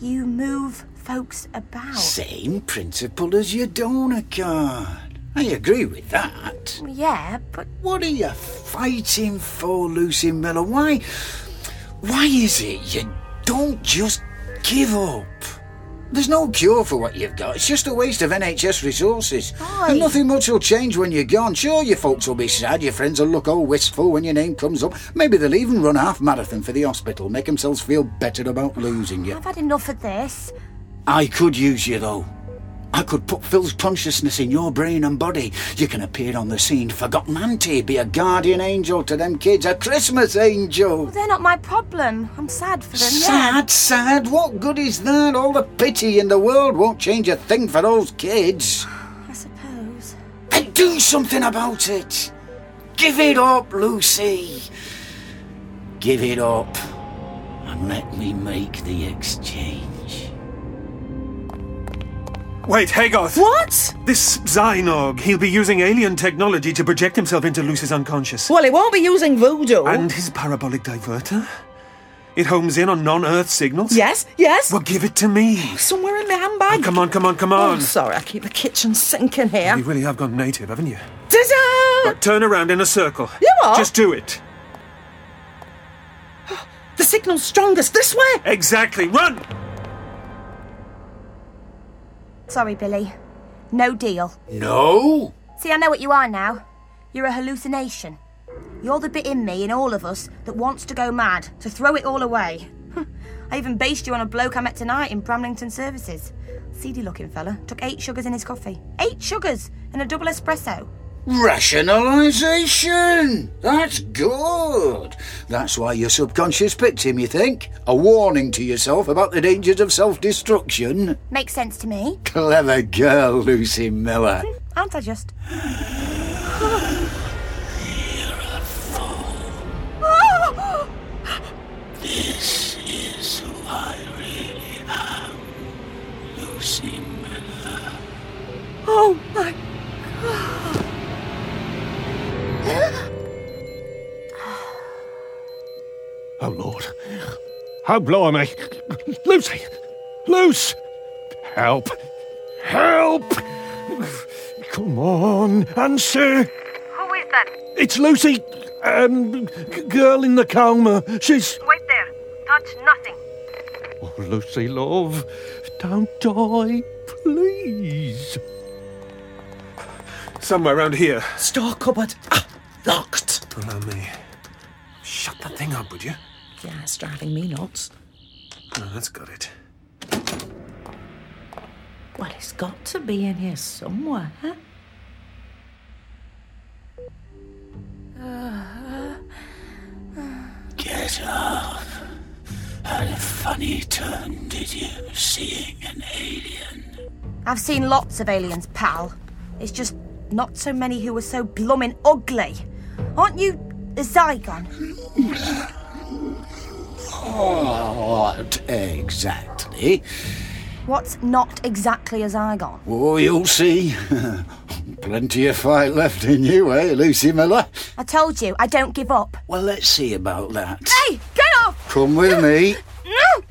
[SPEAKER 3] You move folks about.
[SPEAKER 1] Same principle as your donor card. I agree with that.
[SPEAKER 3] Yeah, but
[SPEAKER 1] What are you fighting for, Lucy Miller? Why? Why is it you don't just give up? There's no cure for what you've got. It's just a waste of NHS resources. And nothing much will change when you're gone. Sure, your folks will be sad. Your friends will look all wistful when your name comes up. Maybe they'll even run half marathon for the hospital, make themselves feel better about losing you.
[SPEAKER 3] I've had enough of this.
[SPEAKER 1] I could use you though. I could put Phil's consciousness in your brain and body. You can appear on the scene, forgotten auntie, be a guardian angel to them kids, a Christmas angel.
[SPEAKER 3] They're not my problem. I'm sad for them. yeah.
[SPEAKER 1] Sad, sad. What good is that? All the pity in the world won't change a thing for those kids.
[SPEAKER 3] I suppose.
[SPEAKER 1] Then do something about it. Give it up, Lucy. Give it up. And let me make the exchange.
[SPEAKER 4] Wait, Hagoth!
[SPEAKER 5] What?
[SPEAKER 4] This Zynog, he'll be using alien technology to project himself into Lucy's unconscious.
[SPEAKER 5] Well, he won't be using voodoo.
[SPEAKER 4] And his parabolic diverter? It homes in on non Earth signals?
[SPEAKER 5] Yes, yes.
[SPEAKER 4] Well, give it to me.
[SPEAKER 5] Somewhere in my handbag.
[SPEAKER 4] Oh, come on, come on, come on.
[SPEAKER 5] Oh, sorry, I keep the kitchen sink in
[SPEAKER 4] You
[SPEAKER 5] here.
[SPEAKER 4] really have gone native, haven't you?
[SPEAKER 5] Ta-da!
[SPEAKER 4] Right, turn around in a circle.
[SPEAKER 5] You are?
[SPEAKER 4] Just do it.
[SPEAKER 5] The signal's strongest this way.
[SPEAKER 4] Exactly. Run!
[SPEAKER 3] Sorry, Billy. No deal.
[SPEAKER 1] No!
[SPEAKER 3] See, I know what you are now. You're a hallucination. You're the bit in me, in all of us, that wants to go mad, to throw it all away. I even based you on a bloke I met tonight in Bramlington Services. Seedy looking fella. Took eight sugars in his coffee. Eight sugars and a double espresso.
[SPEAKER 1] Rationalisation! That's good! That's why your subconscious picked him, you think? A warning to yourself about the dangers of self destruction?
[SPEAKER 3] Makes sense to me.
[SPEAKER 1] Clever girl, Lucy Miller.
[SPEAKER 3] Aren't I just?
[SPEAKER 6] Is who I really am, Lucy Miller.
[SPEAKER 5] Oh my!
[SPEAKER 7] Oh, Lord. Oh, blimey. Lucy! Luce! Help! Help! Come on, answer!
[SPEAKER 11] Who is that?
[SPEAKER 7] It's Lucy! Um, g- girl in the coma. She's.
[SPEAKER 11] Wait there. Touch nothing.
[SPEAKER 7] Oh, Lucy, love, don't die, please.
[SPEAKER 4] Somewhere around here.
[SPEAKER 5] Store cupboard. Ah, locked.
[SPEAKER 4] Allow me. Shut that thing up, would you?
[SPEAKER 5] Yeah, it's driving me nuts.
[SPEAKER 4] Oh, that's got it.
[SPEAKER 5] Well, it's got to be in here somewhere.
[SPEAKER 6] Get up. Had a funny turn, did you? Seeing an alien.
[SPEAKER 3] I've seen lots of aliens, pal. It's just not so many who are so bloomin' ugly. Aren't you a Zygon?
[SPEAKER 1] What exactly?
[SPEAKER 3] What's not exactly a Zygon?
[SPEAKER 1] Oh, you'll see. Plenty of fight left in you, eh, Lucy Miller?
[SPEAKER 3] I told you, I don't give up.
[SPEAKER 1] Well, let's see about that.
[SPEAKER 3] Hey, get off!
[SPEAKER 1] Come with me.
[SPEAKER 3] No!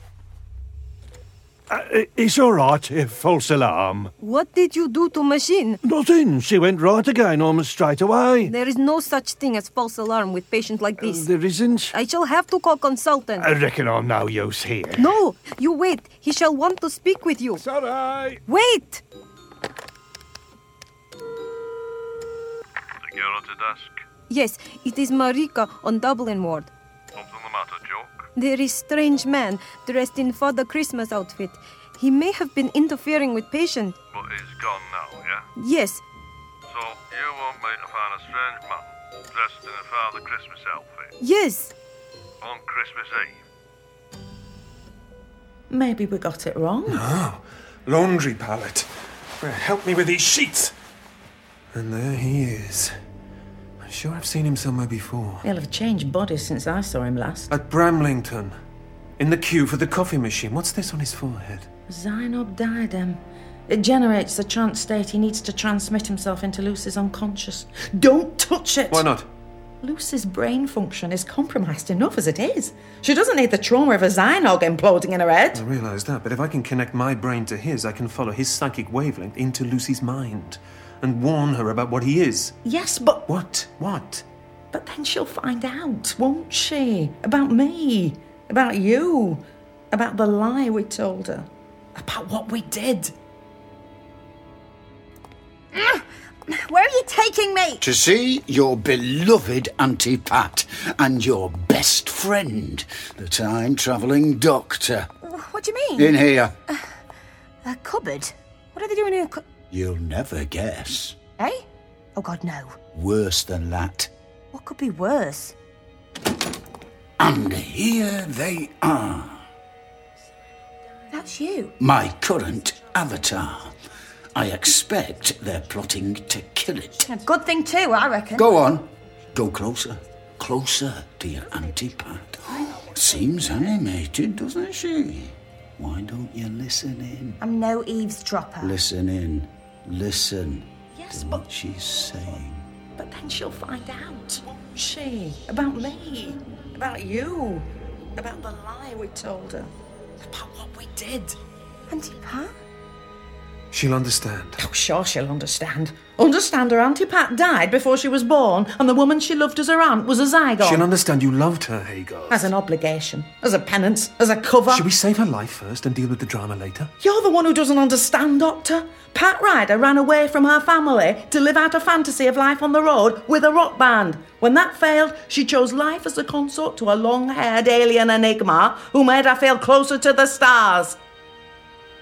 [SPEAKER 7] Uh, it's all right, uh, false alarm.
[SPEAKER 10] What did you do to machine?
[SPEAKER 7] Nothing. She went right again almost straight away.
[SPEAKER 10] There is no such thing as false alarm with patients like this.
[SPEAKER 7] There isn't.
[SPEAKER 10] I shall have to call consultant.
[SPEAKER 7] I reckon I'm no use here.
[SPEAKER 10] No, you wait. He shall want to speak with you.
[SPEAKER 7] Sorry.
[SPEAKER 10] Wait!
[SPEAKER 11] The girl at the desk.
[SPEAKER 10] Yes, it is Marika on Dublin ward.
[SPEAKER 11] Something the matter, Joke?
[SPEAKER 10] There is strange man dressed in Father Christmas outfit. He may have been interfering with patient.
[SPEAKER 11] But he's gone now, yeah?
[SPEAKER 10] Yes,
[SPEAKER 11] So you want me to find a strange man dressed in a Father Christmas outfit
[SPEAKER 10] yes.
[SPEAKER 11] on Christmas Eve?
[SPEAKER 5] Maybe we got it wrong.
[SPEAKER 4] Laundry pallet. Well, help me with these sheets. And there he is. I'm sure I've seen him somewhere before.
[SPEAKER 5] He'll have changed body since I saw him last.
[SPEAKER 4] At Bramlington. In the queue for the coffee machine. What's this on his forehead?
[SPEAKER 5] Zynob diadem. um, It generates the trance state he needs to transmit himself into Lucy's unconscious. Don't touch it!
[SPEAKER 4] Why not?
[SPEAKER 5] Lucy's brain function is compromised enough as it is. She doesn't need the trauma of a Zynog imploding in her
[SPEAKER 4] I
[SPEAKER 5] head.
[SPEAKER 4] realise that, but if I can connect my brain to his, I can follow his psychic wavelength into Lucy's mind and warn her about what he is.
[SPEAKER 5] Yes, but
[SPEAKER 4] What? What?
[SPEAKER 5] but then she'll find out, won't she? About me, about you, about the lie we told her. about what we did.
[SPEAKER 12] Where are you taking me?
[SPEAKER 1] To see your beloved Auntie Pat and your best friend, the time travelling doctor.
[SPEAKER 12] What do you mean?
[SPEAKER 1] In here.
[SPEAKER 12] A cupboard? What are they doing in a cu-
[SPEAKER 1] You'll never guess.
[SPEAKER 12] Eh? Oh, God, no.
[SPEAKER 1] Worse than that.
[SPEAKER 12] What could be worse?
[SPEAKER 1] And here they are.
[SPEAKER 12] That's you.
[SPEAKER 1] My current avatar. I expect they're plotting to kill it.
[SPEAKER 12] A good thing, too, I reckon.
[SPEAKER 1] Go on. Go closer. Closer, dear Auntie Pat. Seems animated, doesn't she? Why don't you listen in?
[SPEAKER 12] I'm no eavesdropper.
[SPEAKER 1] Listen in. Listen.
[SPEAKER 5] Yes,
[SPEAKER 1] to
[SPEAKER 5] but-
[SPEAKER 1] what she's saying.
[SPEAKER 5] But then she'll find out, won't she? About me, about you, about the lie we told her, about what we did.
[SPEAKER 12] Auntie Pat?
[SPEAKER 4] She'll understand.
[SPEAKER 5] Oh, sure, she'll understand. Understand her Auntie Pat died before she was born, and the woman she loved as her aunt was a zygote.
[SPEAKER 4] She'll understand you loved her, Hagar.
[SPEAKER 5] as an obligation, as a penance, as a cover.
[SPEAKER 4] Should we save her life first and deal with the drama later?
[SPEAKER 5] You're the one who doesn't understand, Doctor. Pat Ryder ran away from her family to live out a fantasy of life on the road with a rock band. When that failed, she chose life as a consort to a long haired alien enigma who made her feel closer to the stars.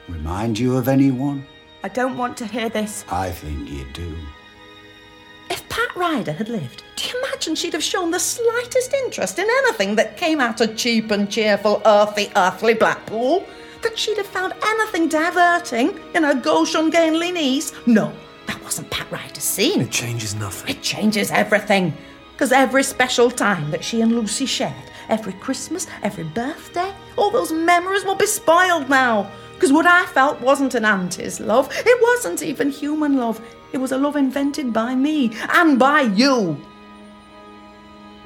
[SPEAKER 1] Remind you of anyone?
[SPEAKER 5] I don't want to hear this.
[SPEAKER 1] I think you do.
[SPEAKER 5] If Pat Ryder had lived, do you imagine she'd have shown the slightest interest in anything that came out of cheap and cheerful, earthy, earthly Blackpool? That she'd have found anything diverting in her Gauchon Gainly niece? No, that wasn't Pat Ryder's scene.
[SPEAKER 4] It changes nothing.
[SPEAKER 5] It changes everything. Because every special time that she and Lucy shared, every Christmas, every birthday, all those memories will be spoiled now. Because what I felt wasn't an auntie's love, it wasn't even human love. It was a love invented by me and by you.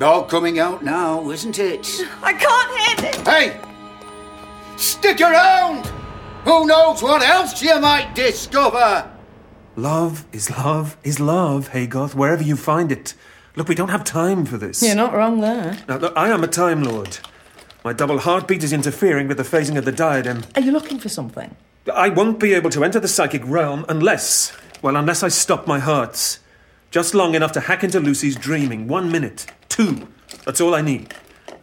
[SPEAKER 1] All coming out now, isn't it?
[SPEAKER 5] I can't hear this.
[SPEAKER 1] Hey! Stick around! Who knows what else you might discover?
[SPEAKER 4] Love is love is love, Hagoth, wherever you find it. Look, we don't have time for this.
[SPEAKER 5] You're not wrong there.
[SPEAKER 4] Now, look, I am a Time Lord. My double heartbeat is interfering with the phasing of the diadem.
[SPEAKER 5] Are you looking for something?
[SPEAKER 4] I won't be able to enter the psychic realm unless, well, unless I stop my hearts. Just long enough to hack into Lucy's dreaming. One minute. Two. That's all I need.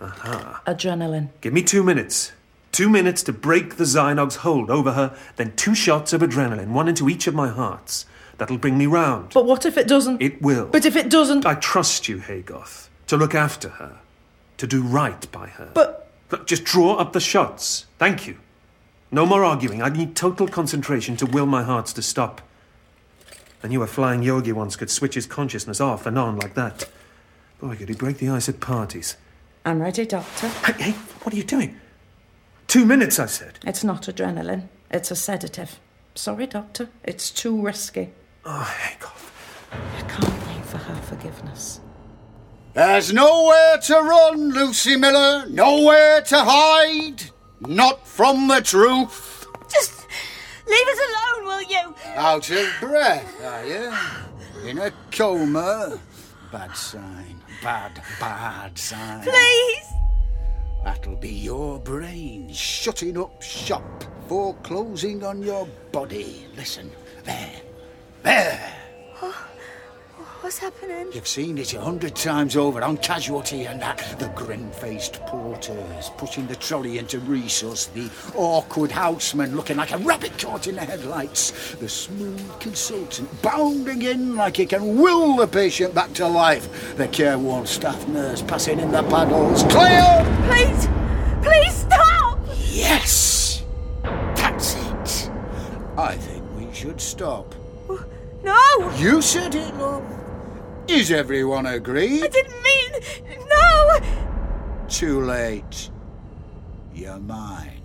[SPEAKER 5] Adrenaline.
[SPEAKER 4] Give me two minutes. Two minutes to break the Zynog's hold over her, then two shots of adrenaline, one into each of my hearts. That'll bring me round.
[SPEAKER 5] But what if it doesn't?
[SPEAKER 4] It will.
[SPEAKER 5] But if it doesn't.
[SPEAKER 4] I trust you, Hagoth, to look after her, to do right by her.
[SPEAKER 5] But.
[SPEAKER 4] Look, just draw up the shots. Thank you. No more arguing. I need total concentration to will my hearts to stop. I knew a flying yogi once could switch his consciousness off and on like that. Boy, could he break the ice at parties.
[SPEAKER 5] I'm ready, Doctor.
[SPEAKER 4] Hey, hey, what are you doing? Two minutes, I said.
[SPEAKER 5] It's not adrenaline, it's a sedative. Sorry, Doctor, it's too risky.
[SPEAKER 4] Oh, Hagoth.
[SPEAKER 5] I can't wait for her forgiveness.
[SPEAKER 1] There's nowhere to run, Lucy Miller. Nowhere to hide. Not from the truth.
[SPEAKER 12] Just leave us alone, will you?
[SPEAKER 1] Out of breath, are you? In a coma. Bad sign. Bad, bad sign.
[SPEAKER 12] Please.
[SPEAKER 1] That'll be your brain shutting up shop, foreclosing on your body. Listen, there. There.
[SPEAKER 12] What's happening?
[SPEAKER 1] You've seen it a hundred times over on casualty and that. The grim faced porters pushing the trolley into resource, the awkward houseman looking like a rabbit caught in the headlights, the smooth consultant bounding in like he can will the patient back to life, the careworn staff nurse passing in the paddles. Clear!
[SPEAKER 12] Please, please stop!
[SPEAKER 1] Yes! That's it. I think we should stop.
[SPEAKER 12] No,
[SPEAKER 1] You said it, love. Is everyone agreed?
[SPEAKER 12] I didn't mean. No,
[SPEAKER 1] Too late. You're mine.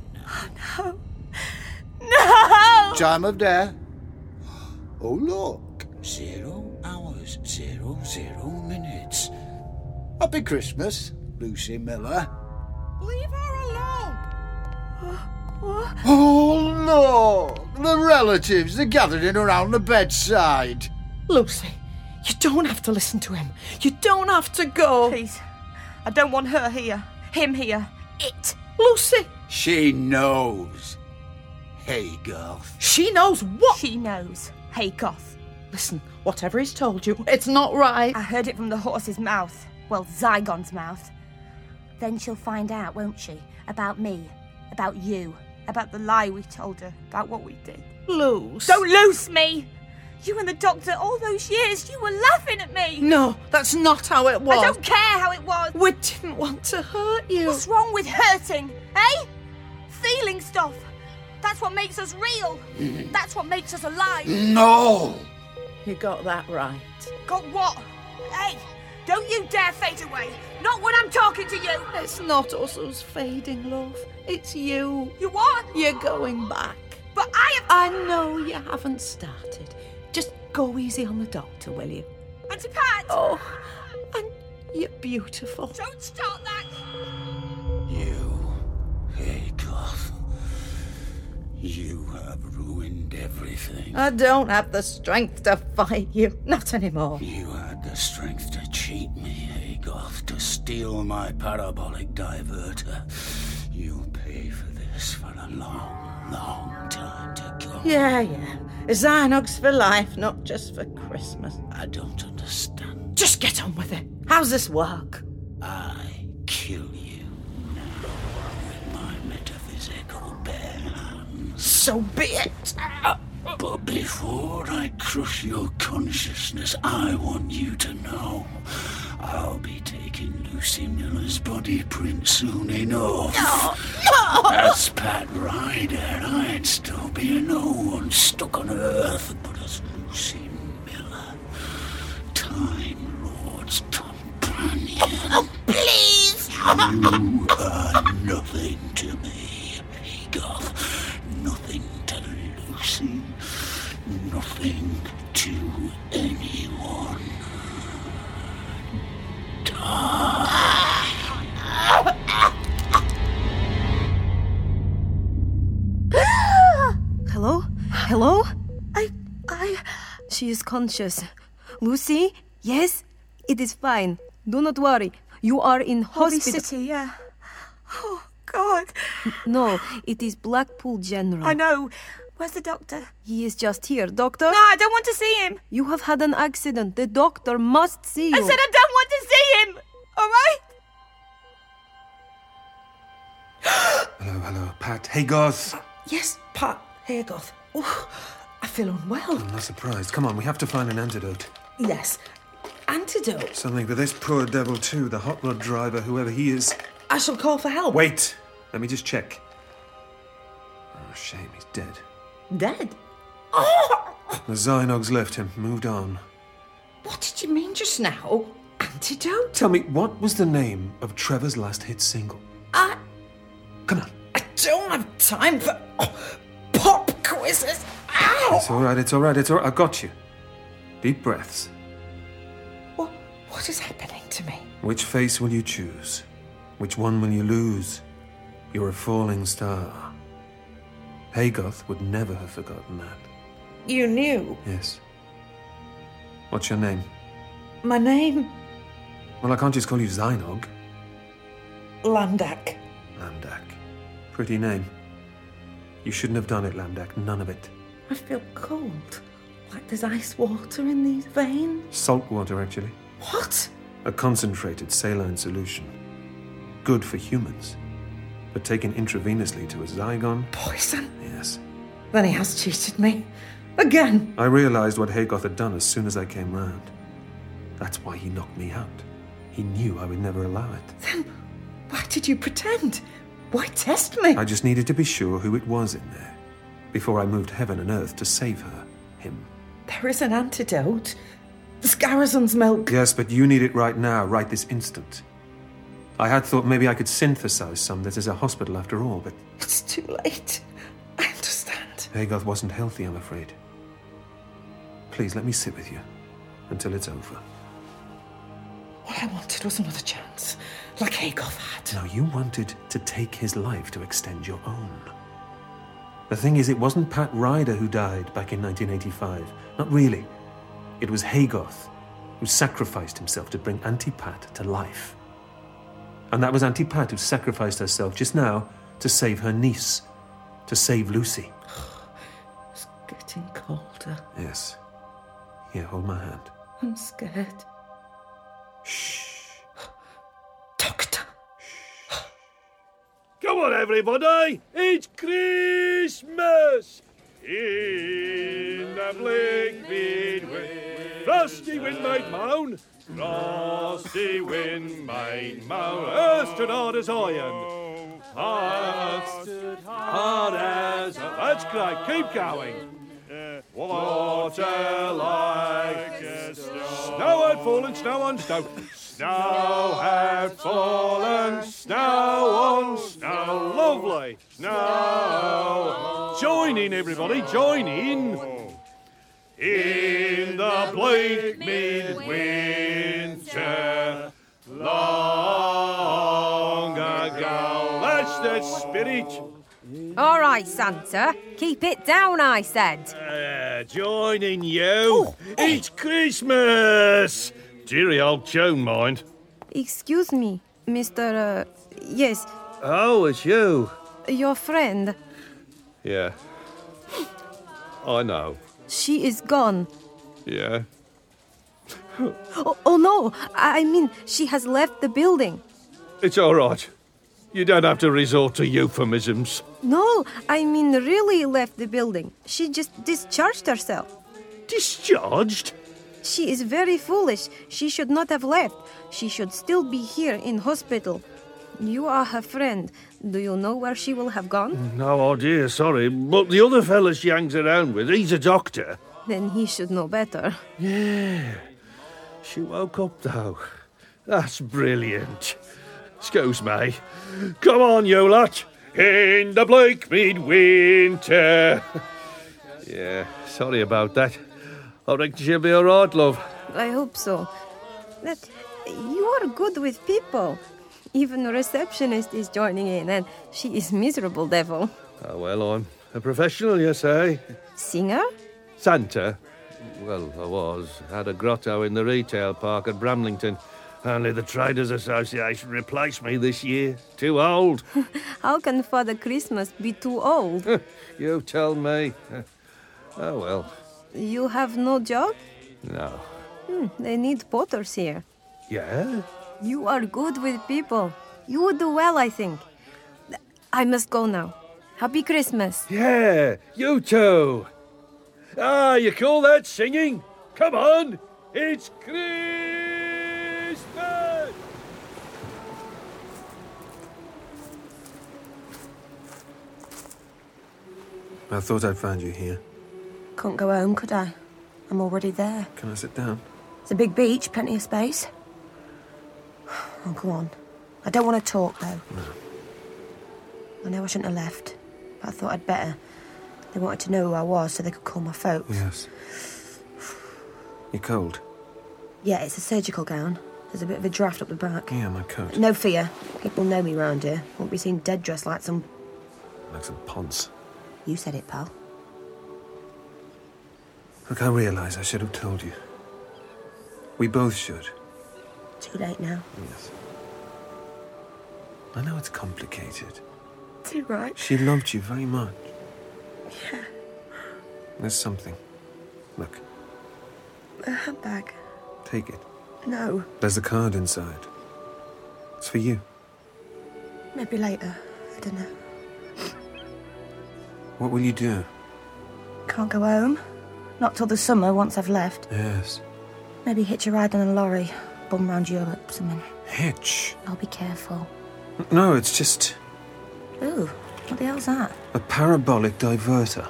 [SPEAKER 12] no!
[SPEAKER 1] Time of death. Oh, look. Zero hours, zero, zero minutes. Happy Christmas, Lucy Miller.
[SPEAKER 5] Leave her alone!
[SPEAKER 1] Oh, look. The relatives, they're gathering around the bedside.
[SPEAKER 5] Lucy, you don't have to listen to him. You don't have to go.
[SPEAKER 12] Please, I don't want her here, him here, it.
[SPEAKER 5] Lucy!
[SPEAKER 1] She knows.
[SPEAKER 6] Haygarth.
[SPEAKER 5] She knows what?
[SPEAKER 3] She knows. Haygoth.
[SPEAKER 5] Listen, whatever he's told you, it's not right.
[SPEAKER 3] I heard it from the horse's mouth. Well, Zygon's mouth. Then she'll find out, won't she? About me. About you. About the lie we told her. About what we did.
[SPEAKER 5] Loose.
[SPEAKER 3] Don't loose me! You and the doctor, all those years, you were laughing at me!
[SPEAKER 5] No, that's not how it was.
[SPEAKER 3] I don't care how it was!
[SPEAKER 5] We didn't want to hurt you.
[SPEAKER 3] What's wrong with hurting, eh? Feeling stuff. That's what makes us real. That's what makes us alive.
[SPEAKER 6] No!
[SPEAKER 5] You got that right.
[SPEAKER 3] Got what? Hey, don't you dare fade away. Not when I'm talking to you.
[SPEAKER 5] It's not us who's fading, love. It's you.
[SPEAKER 3] You what?
[SPEAKER 5] You're going back.
[SPEAKER 3] But I have.
[SPEAKER 5] I know you haven't started. Just go easy on the doctor, will you?
[SPEAKER 3] And to Pat.
[SPEAKER 5] Oh, and you're beautiful.
[SPEAKER 3] Don't start that.
[SPEAKER 6] You, Haygarth. You have ruined everything.
[SPEAKER 5] I don't have the strength to fight you. Not anymore.
[SPEAKER 6] You had the strength to cheat me, Agoth, to steal my parabolic diverter. You'll pay for this for a long, long time to come.
[SPEAKER 5] Yeah, yeah. Xynox for life, not just for Christmas.
[SPEAKER 6] I don't understand.
[SPEAKER 5] Just get on with it. How's this work?
[SPEAKER 6] I kill you now with my metaphysical bare hands.
[SPEAKER 5] So be it.
[SPEAKER 6] But before I crush your consciousness, I want you to know I'll be taking Lucy Miller's body print soon enough.
[SPEAKER 5] No, no.
[SPEAKER 6] As Pat Ryder, I'd still be a no one stuck on Earth, but as Lucy Miller, Time Lord's companion.
[SPEAKER 5] Oh, please.
[SPEAKER 6] You are nothing to me, Agoth. Nothing to Lucy. Nothing to anyone.
[SPEAKER 10] Hello? Hello?
[SPEAKER 5] I, I,
[SPEAKER 10] She is conscious. Lucy? Yes? It is fine. Do not worry. You are in
[SPEAKER 3] Hobby
[SPEAKER 10] hospital.
[SPEAKER 3] City, yeah. Oh, God.
[SPEAKER 10] No, it is Blackpool General.
[SPEAKER 3] I know. Where's the doctor?
[SPEAKER 10] He is just here. Doctor,
[SPEAKER 3] No, I don't want to see him.
[SPEAKER 10] you have had an accident. The doctor must see you.
[SPEAKER 3] I said I don't want to see him. All right?
[SPEAKER 4] Hello, hello, Pat. Hey, Garth.
[SPEAKER 5] yes, Pat Haygoth. Oh, I feel unwell.
[SPEAKER 4] I'm not surprised. Come on, we have to find an antidote.
[SPEAKER 5] Yes, antidote.
[SPEAKER 4] Something for this poor devil, too, the hot rod driver, whoever he is.
[SPEAKER 5] I shall call for help.
[SPEAKER 4] Wait! Let me just check. Oh, shame, he's dead.
[SPEAKER 5] Dead. Oh,
[SPEAKER 4] The Zynogs left him, moved on.
[SPEAKER 5] what did you mean just now? Antidote.
[SPEAKER 4] Tell me, what was the name of Trevor's last hit single?
[SPEAKER 5] I,
[SPEAKER 4] Come on.
[SPEAKER 5] I don't have time for oh, pop quizzes. Ow!
[SPEAKER 4] It's all right, it's all right, it's all right. I got you. Deep breaths.
[SPEAKER 5] What, what is happening to me?
[SPEAKER 4] Which face will you choose? Which one will you lose? You're a falling star. Haygoth would never have forgotten that.
[SPEAKER 5] You knew
[SPEAKER 4] Yes. What's your name?
[SPEAKER 5] my name,
[SPEAKER 4] Well, I can't just call you Zynog.
[SPEAKER 5] Landak.
[SPEAKER 4] Lamdak. Pretty name. You shouldn't have done it, Lamdak. None of it.
[SPEAKER 5] I feel cold, like there's ice water in these veins.
[SPEAKER 4] Salt water, actually.
[SPEAKER 5] What?
[SPEAKER 4] A concentrated saline solution. Good for humans. But taken intravenously to a Zygon?
[SPEAKER 5] Poison.
[SPEAKER 4] Yes.
[SPEAKER 5] Then he has cheated me. Again.
[SPEAKER 4] I realized what Haygoth had done as soon as I came round. That's why he knocked me out. He knew I would never allow it.
[SPEAKER 5] Then why did you pretend? Why test me?
[SPEAKER 4] I just needed to be sure who it was in there before I moved heaven and earth to save her, him.
[SPEAKER 5] There is an antidote. It's Garrison's milk.
[SPEAKER 4] Yes, but you need it right now, right this instant. I had thought maybe I could synthesize some. This is a hospital after all, but
[SPEAKER 5] It's too late. I understand.
[SPEAKER 4] Agoth wasn't healthy, I'm afraid. Please let me sit with you until it's over.
[SPEAKER 5] All I wanted was another chance, like Hagoff had.
[SPEAKER 4] Now, you wanted to take his life to extend your own. The thing is, it wasn't Pat Ryder who died back in 1985. Not really. It was Haygoth who sacrificed himself to bring Auntie Pat to life. And that was Auntie Pat who sacrificed herself just now to save her niece, to save Lucy.
[SPEAKER 5] getting colder.
[SPEAKER 4] Yes. Here, hold my hand.
[SPEAKER 5] I'm scared.
[SPEAKER 7] Come on, everybody! It's Christmas! In the blink midway, frosty wind might moan, frosty wind might moan, earth stood hard as iron. Heart stood hard as That's great, keep going. Water like a stone. Snow had fallen, snow on snow. Snow had fallen, snow on snow. Lovely. Snow. Join in, everybody, join in. In the bleak midwinter, long ago. That's the spirit.
[SPEAKER 2] All right, Santa. Keep it down, I said.
[SPEAKER 7] Uh, joining you. It's Christmas. Deary old Joan, mind.
[SPEAKER 10] Excuse me, Mr. Uh, yes,
[SPEAKER 7] Oh, it's you.
[SPEAKER 10] your friend.
[SPEAKER 7] Yeah. I know.
[SPEAKER 10] She is gone.
[SPEAKER 7] Yeah.
[SPEAKER 10] Oh, oh no, I I mean, she has left the building.
[SPEAKER 7] It's all right. You don't have to resort to euphemisms.
[SPEAKER 10] No, I mean, really left the building. She just discharged herself.
[SPEAKER 7] Discharged?
[SPEAKER 10] She is very foolish. She should not have left. She should still be here in hospital. You are her friend. Do you know where she will have gone?
[SPEAKER 7] No idea, sorry. But the other fella she hangs around with, he's a doctor.
[SPEAKER 10] Then he should know better.
[SPEAKER 7] Yeah. She woke up, though. That's brilliant. Excuse me. Come on, you lot. In the bleak midwinter. yeah, sorry about that. I reckon she'll be all right, love.
[SPEAKER 10] I hope so. That you are good with people. Even the receptionist is joining in, and she is miserable devil.
[SPEAKER 7] Oh, well, I'm a professional, you say?
[SPEAKER 10] Singer?
[SPEAKER 7] Santa? Well, I was. Had a grotto in the retail park at Bramlington. Only the Traders Association replaced me this year. Too old.
[SPEAKER 10] How can Father Christmas be too old?
[SPEAKER 7] you tell me. Oh, well.
[SPEAKER 10] you have no job?
[SPEAKER 7] No.
[SPEAKER 10] Hmm, they need potters here.
[SPEAKER 7] Yeah?
[SPEAKER 10] You are good with people. You would do well, I think. I must go now. Happy Christmas.
[SPEAKER 7] Yeah, you too. Ah, you call that singing? Come on, it's Christmas!
[SPEAKER 4] I thought I'd find you here.
[SPEAKER 3] Couldn't go home, could I? I'm already there.
[SPEAKER 4] Can I sit down?
[SPEAKER 3] It's a big beach, plenty of space. Oh, go on. I don't want to talk, though. I know I shouldn't have left, but I thought I'd better. They wanted to know who I was so they could call my folks.
[SPEAKER 4] Yes. You're cold.
[SPEAKER 3] Yeah, it's a surgical gown. There's a bit of a draft up the back.
[SPEAKER 4] Yeah, my coat.
[SPEAKER 3] No fear. People know me round here. Won't be seen dead dressed like some.
[SPEAKER 4] Like some ponce.
[SPEAKER 3] You said it, pal.
[SPEAKER 4] Look, I realise I should have told you. We both should.
[SPEAKER 3] Too late now.
[SPEAKER 4] Yes. I know it's complicated.
[SPEAKER 3] Too right.
[SPEAKER 4] She loved you very much.
[SPEAKER 3] Yeah.
[SPEAKER 4] There's something. Look,
[SPEAKER 3] A handbag.
[SPEAKER 4] take it.
[SPEAKER 3] No.
[SPEAKER 4] There's the card inside. It's for you.
[SPEAKER 3] Maybe later. I don't know.
[SPEAKER 4] What will you do?
[SPEAKER 3] Can't go home. Not till the summer, once I've left.
[SPEAKER 4] Yes.
[SPEAKER 3] Maybe hitch a ride on a lorry. Bum round Europe, something.
[SPEAKER 4] Hitch.
[SPEAKER 3] I'll be careful.
[SPEAKER 4] N- No, it's just
[SPEAKER 3] Ooh, what the hell's that?
[SPEAKER 4] a parabolic diverter.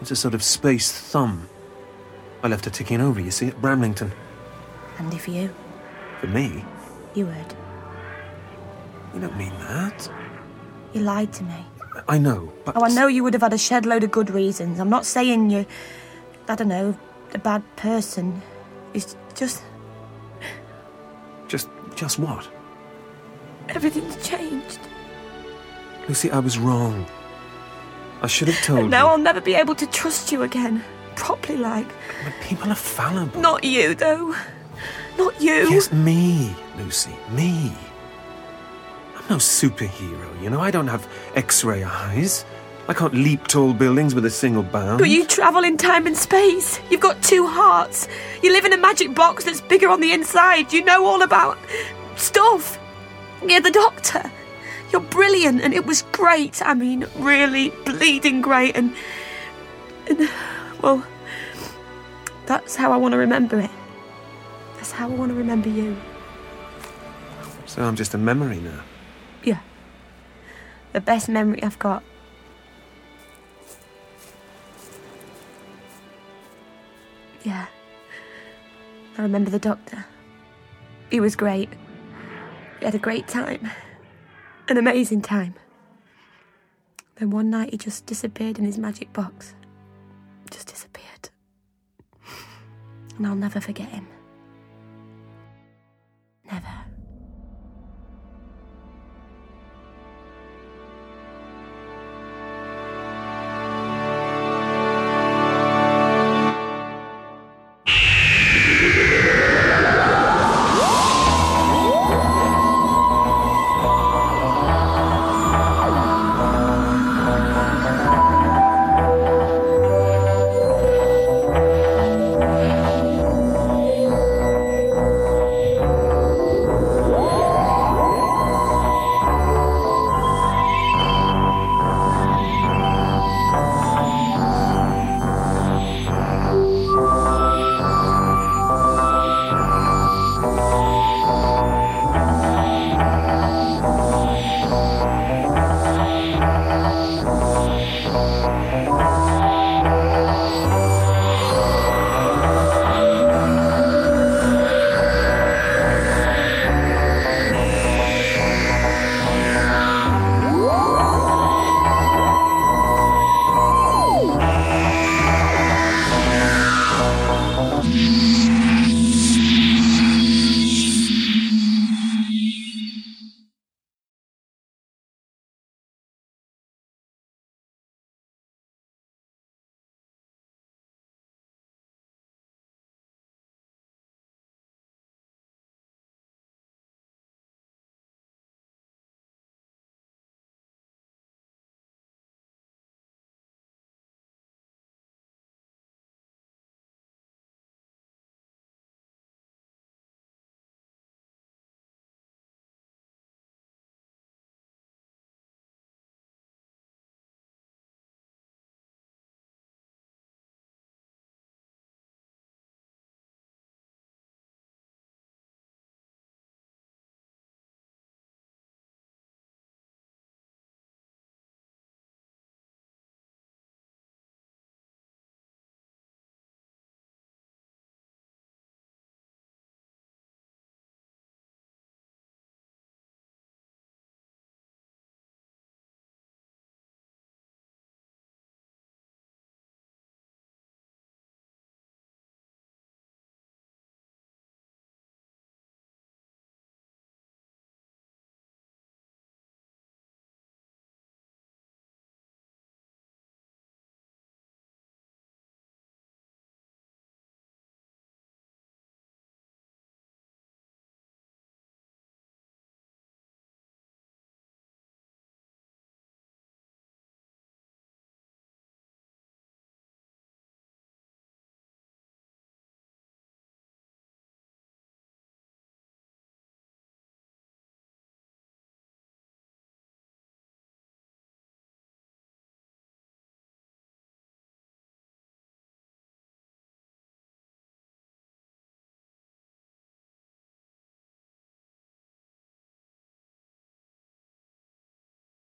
[SPEAKER 4] It's a sort of space thumb. I left it ticking over, you see, at Bramlington.
[SPEAKER 3] Handy for you.
[SPEAKER 4] For me?
[SPEAKER 3] You heard.
[SPEAKER 4] You don't mean that.
[SPEAKER 3] You lied to me.
[SPEAKER 4] I know, but.
[SPEAKER 3] Oh, I know you would have had a shed load of good reasons. I'm not saying you, I don't know, a bad person. It's just
[SPEAKER 4] Just, just what?
[SPEAKER 3] everything's changed.
[SPEAKER 4] Lucy, I was wrong. I should have told
[SPEAKER 3] And now I'll never be able to trust you again. Properly, like.
[SPEAKER 4] you. But people are fallible.
[SPEAKER 3] Not you, though. Not you.
[SPEAKER 4] Yes, me, Lucy, me. I'm no superhero, you know. I don't have X-ray eyes. I can't leap tall buildings with a single bound.
[SPEAKER 3] But you travel in time and space. You've got two hearts. You live in a magic box that's bigger on the inside. You know all about stuff. You're the doctor. You're brilliant, and it was great. I mean, really bleeding great. And, and well, that's how I want to remember it. That's how I want to remember you.
[SPEAKER 4] So I'm just a memory now.
[SPEAKER 3] The best memory I've got. Yeah. I remember the doctor. He was great. We had a great time. An amazing time. Then one night he just disappeared in his magic box. Just disappeared. And I'll never forget him.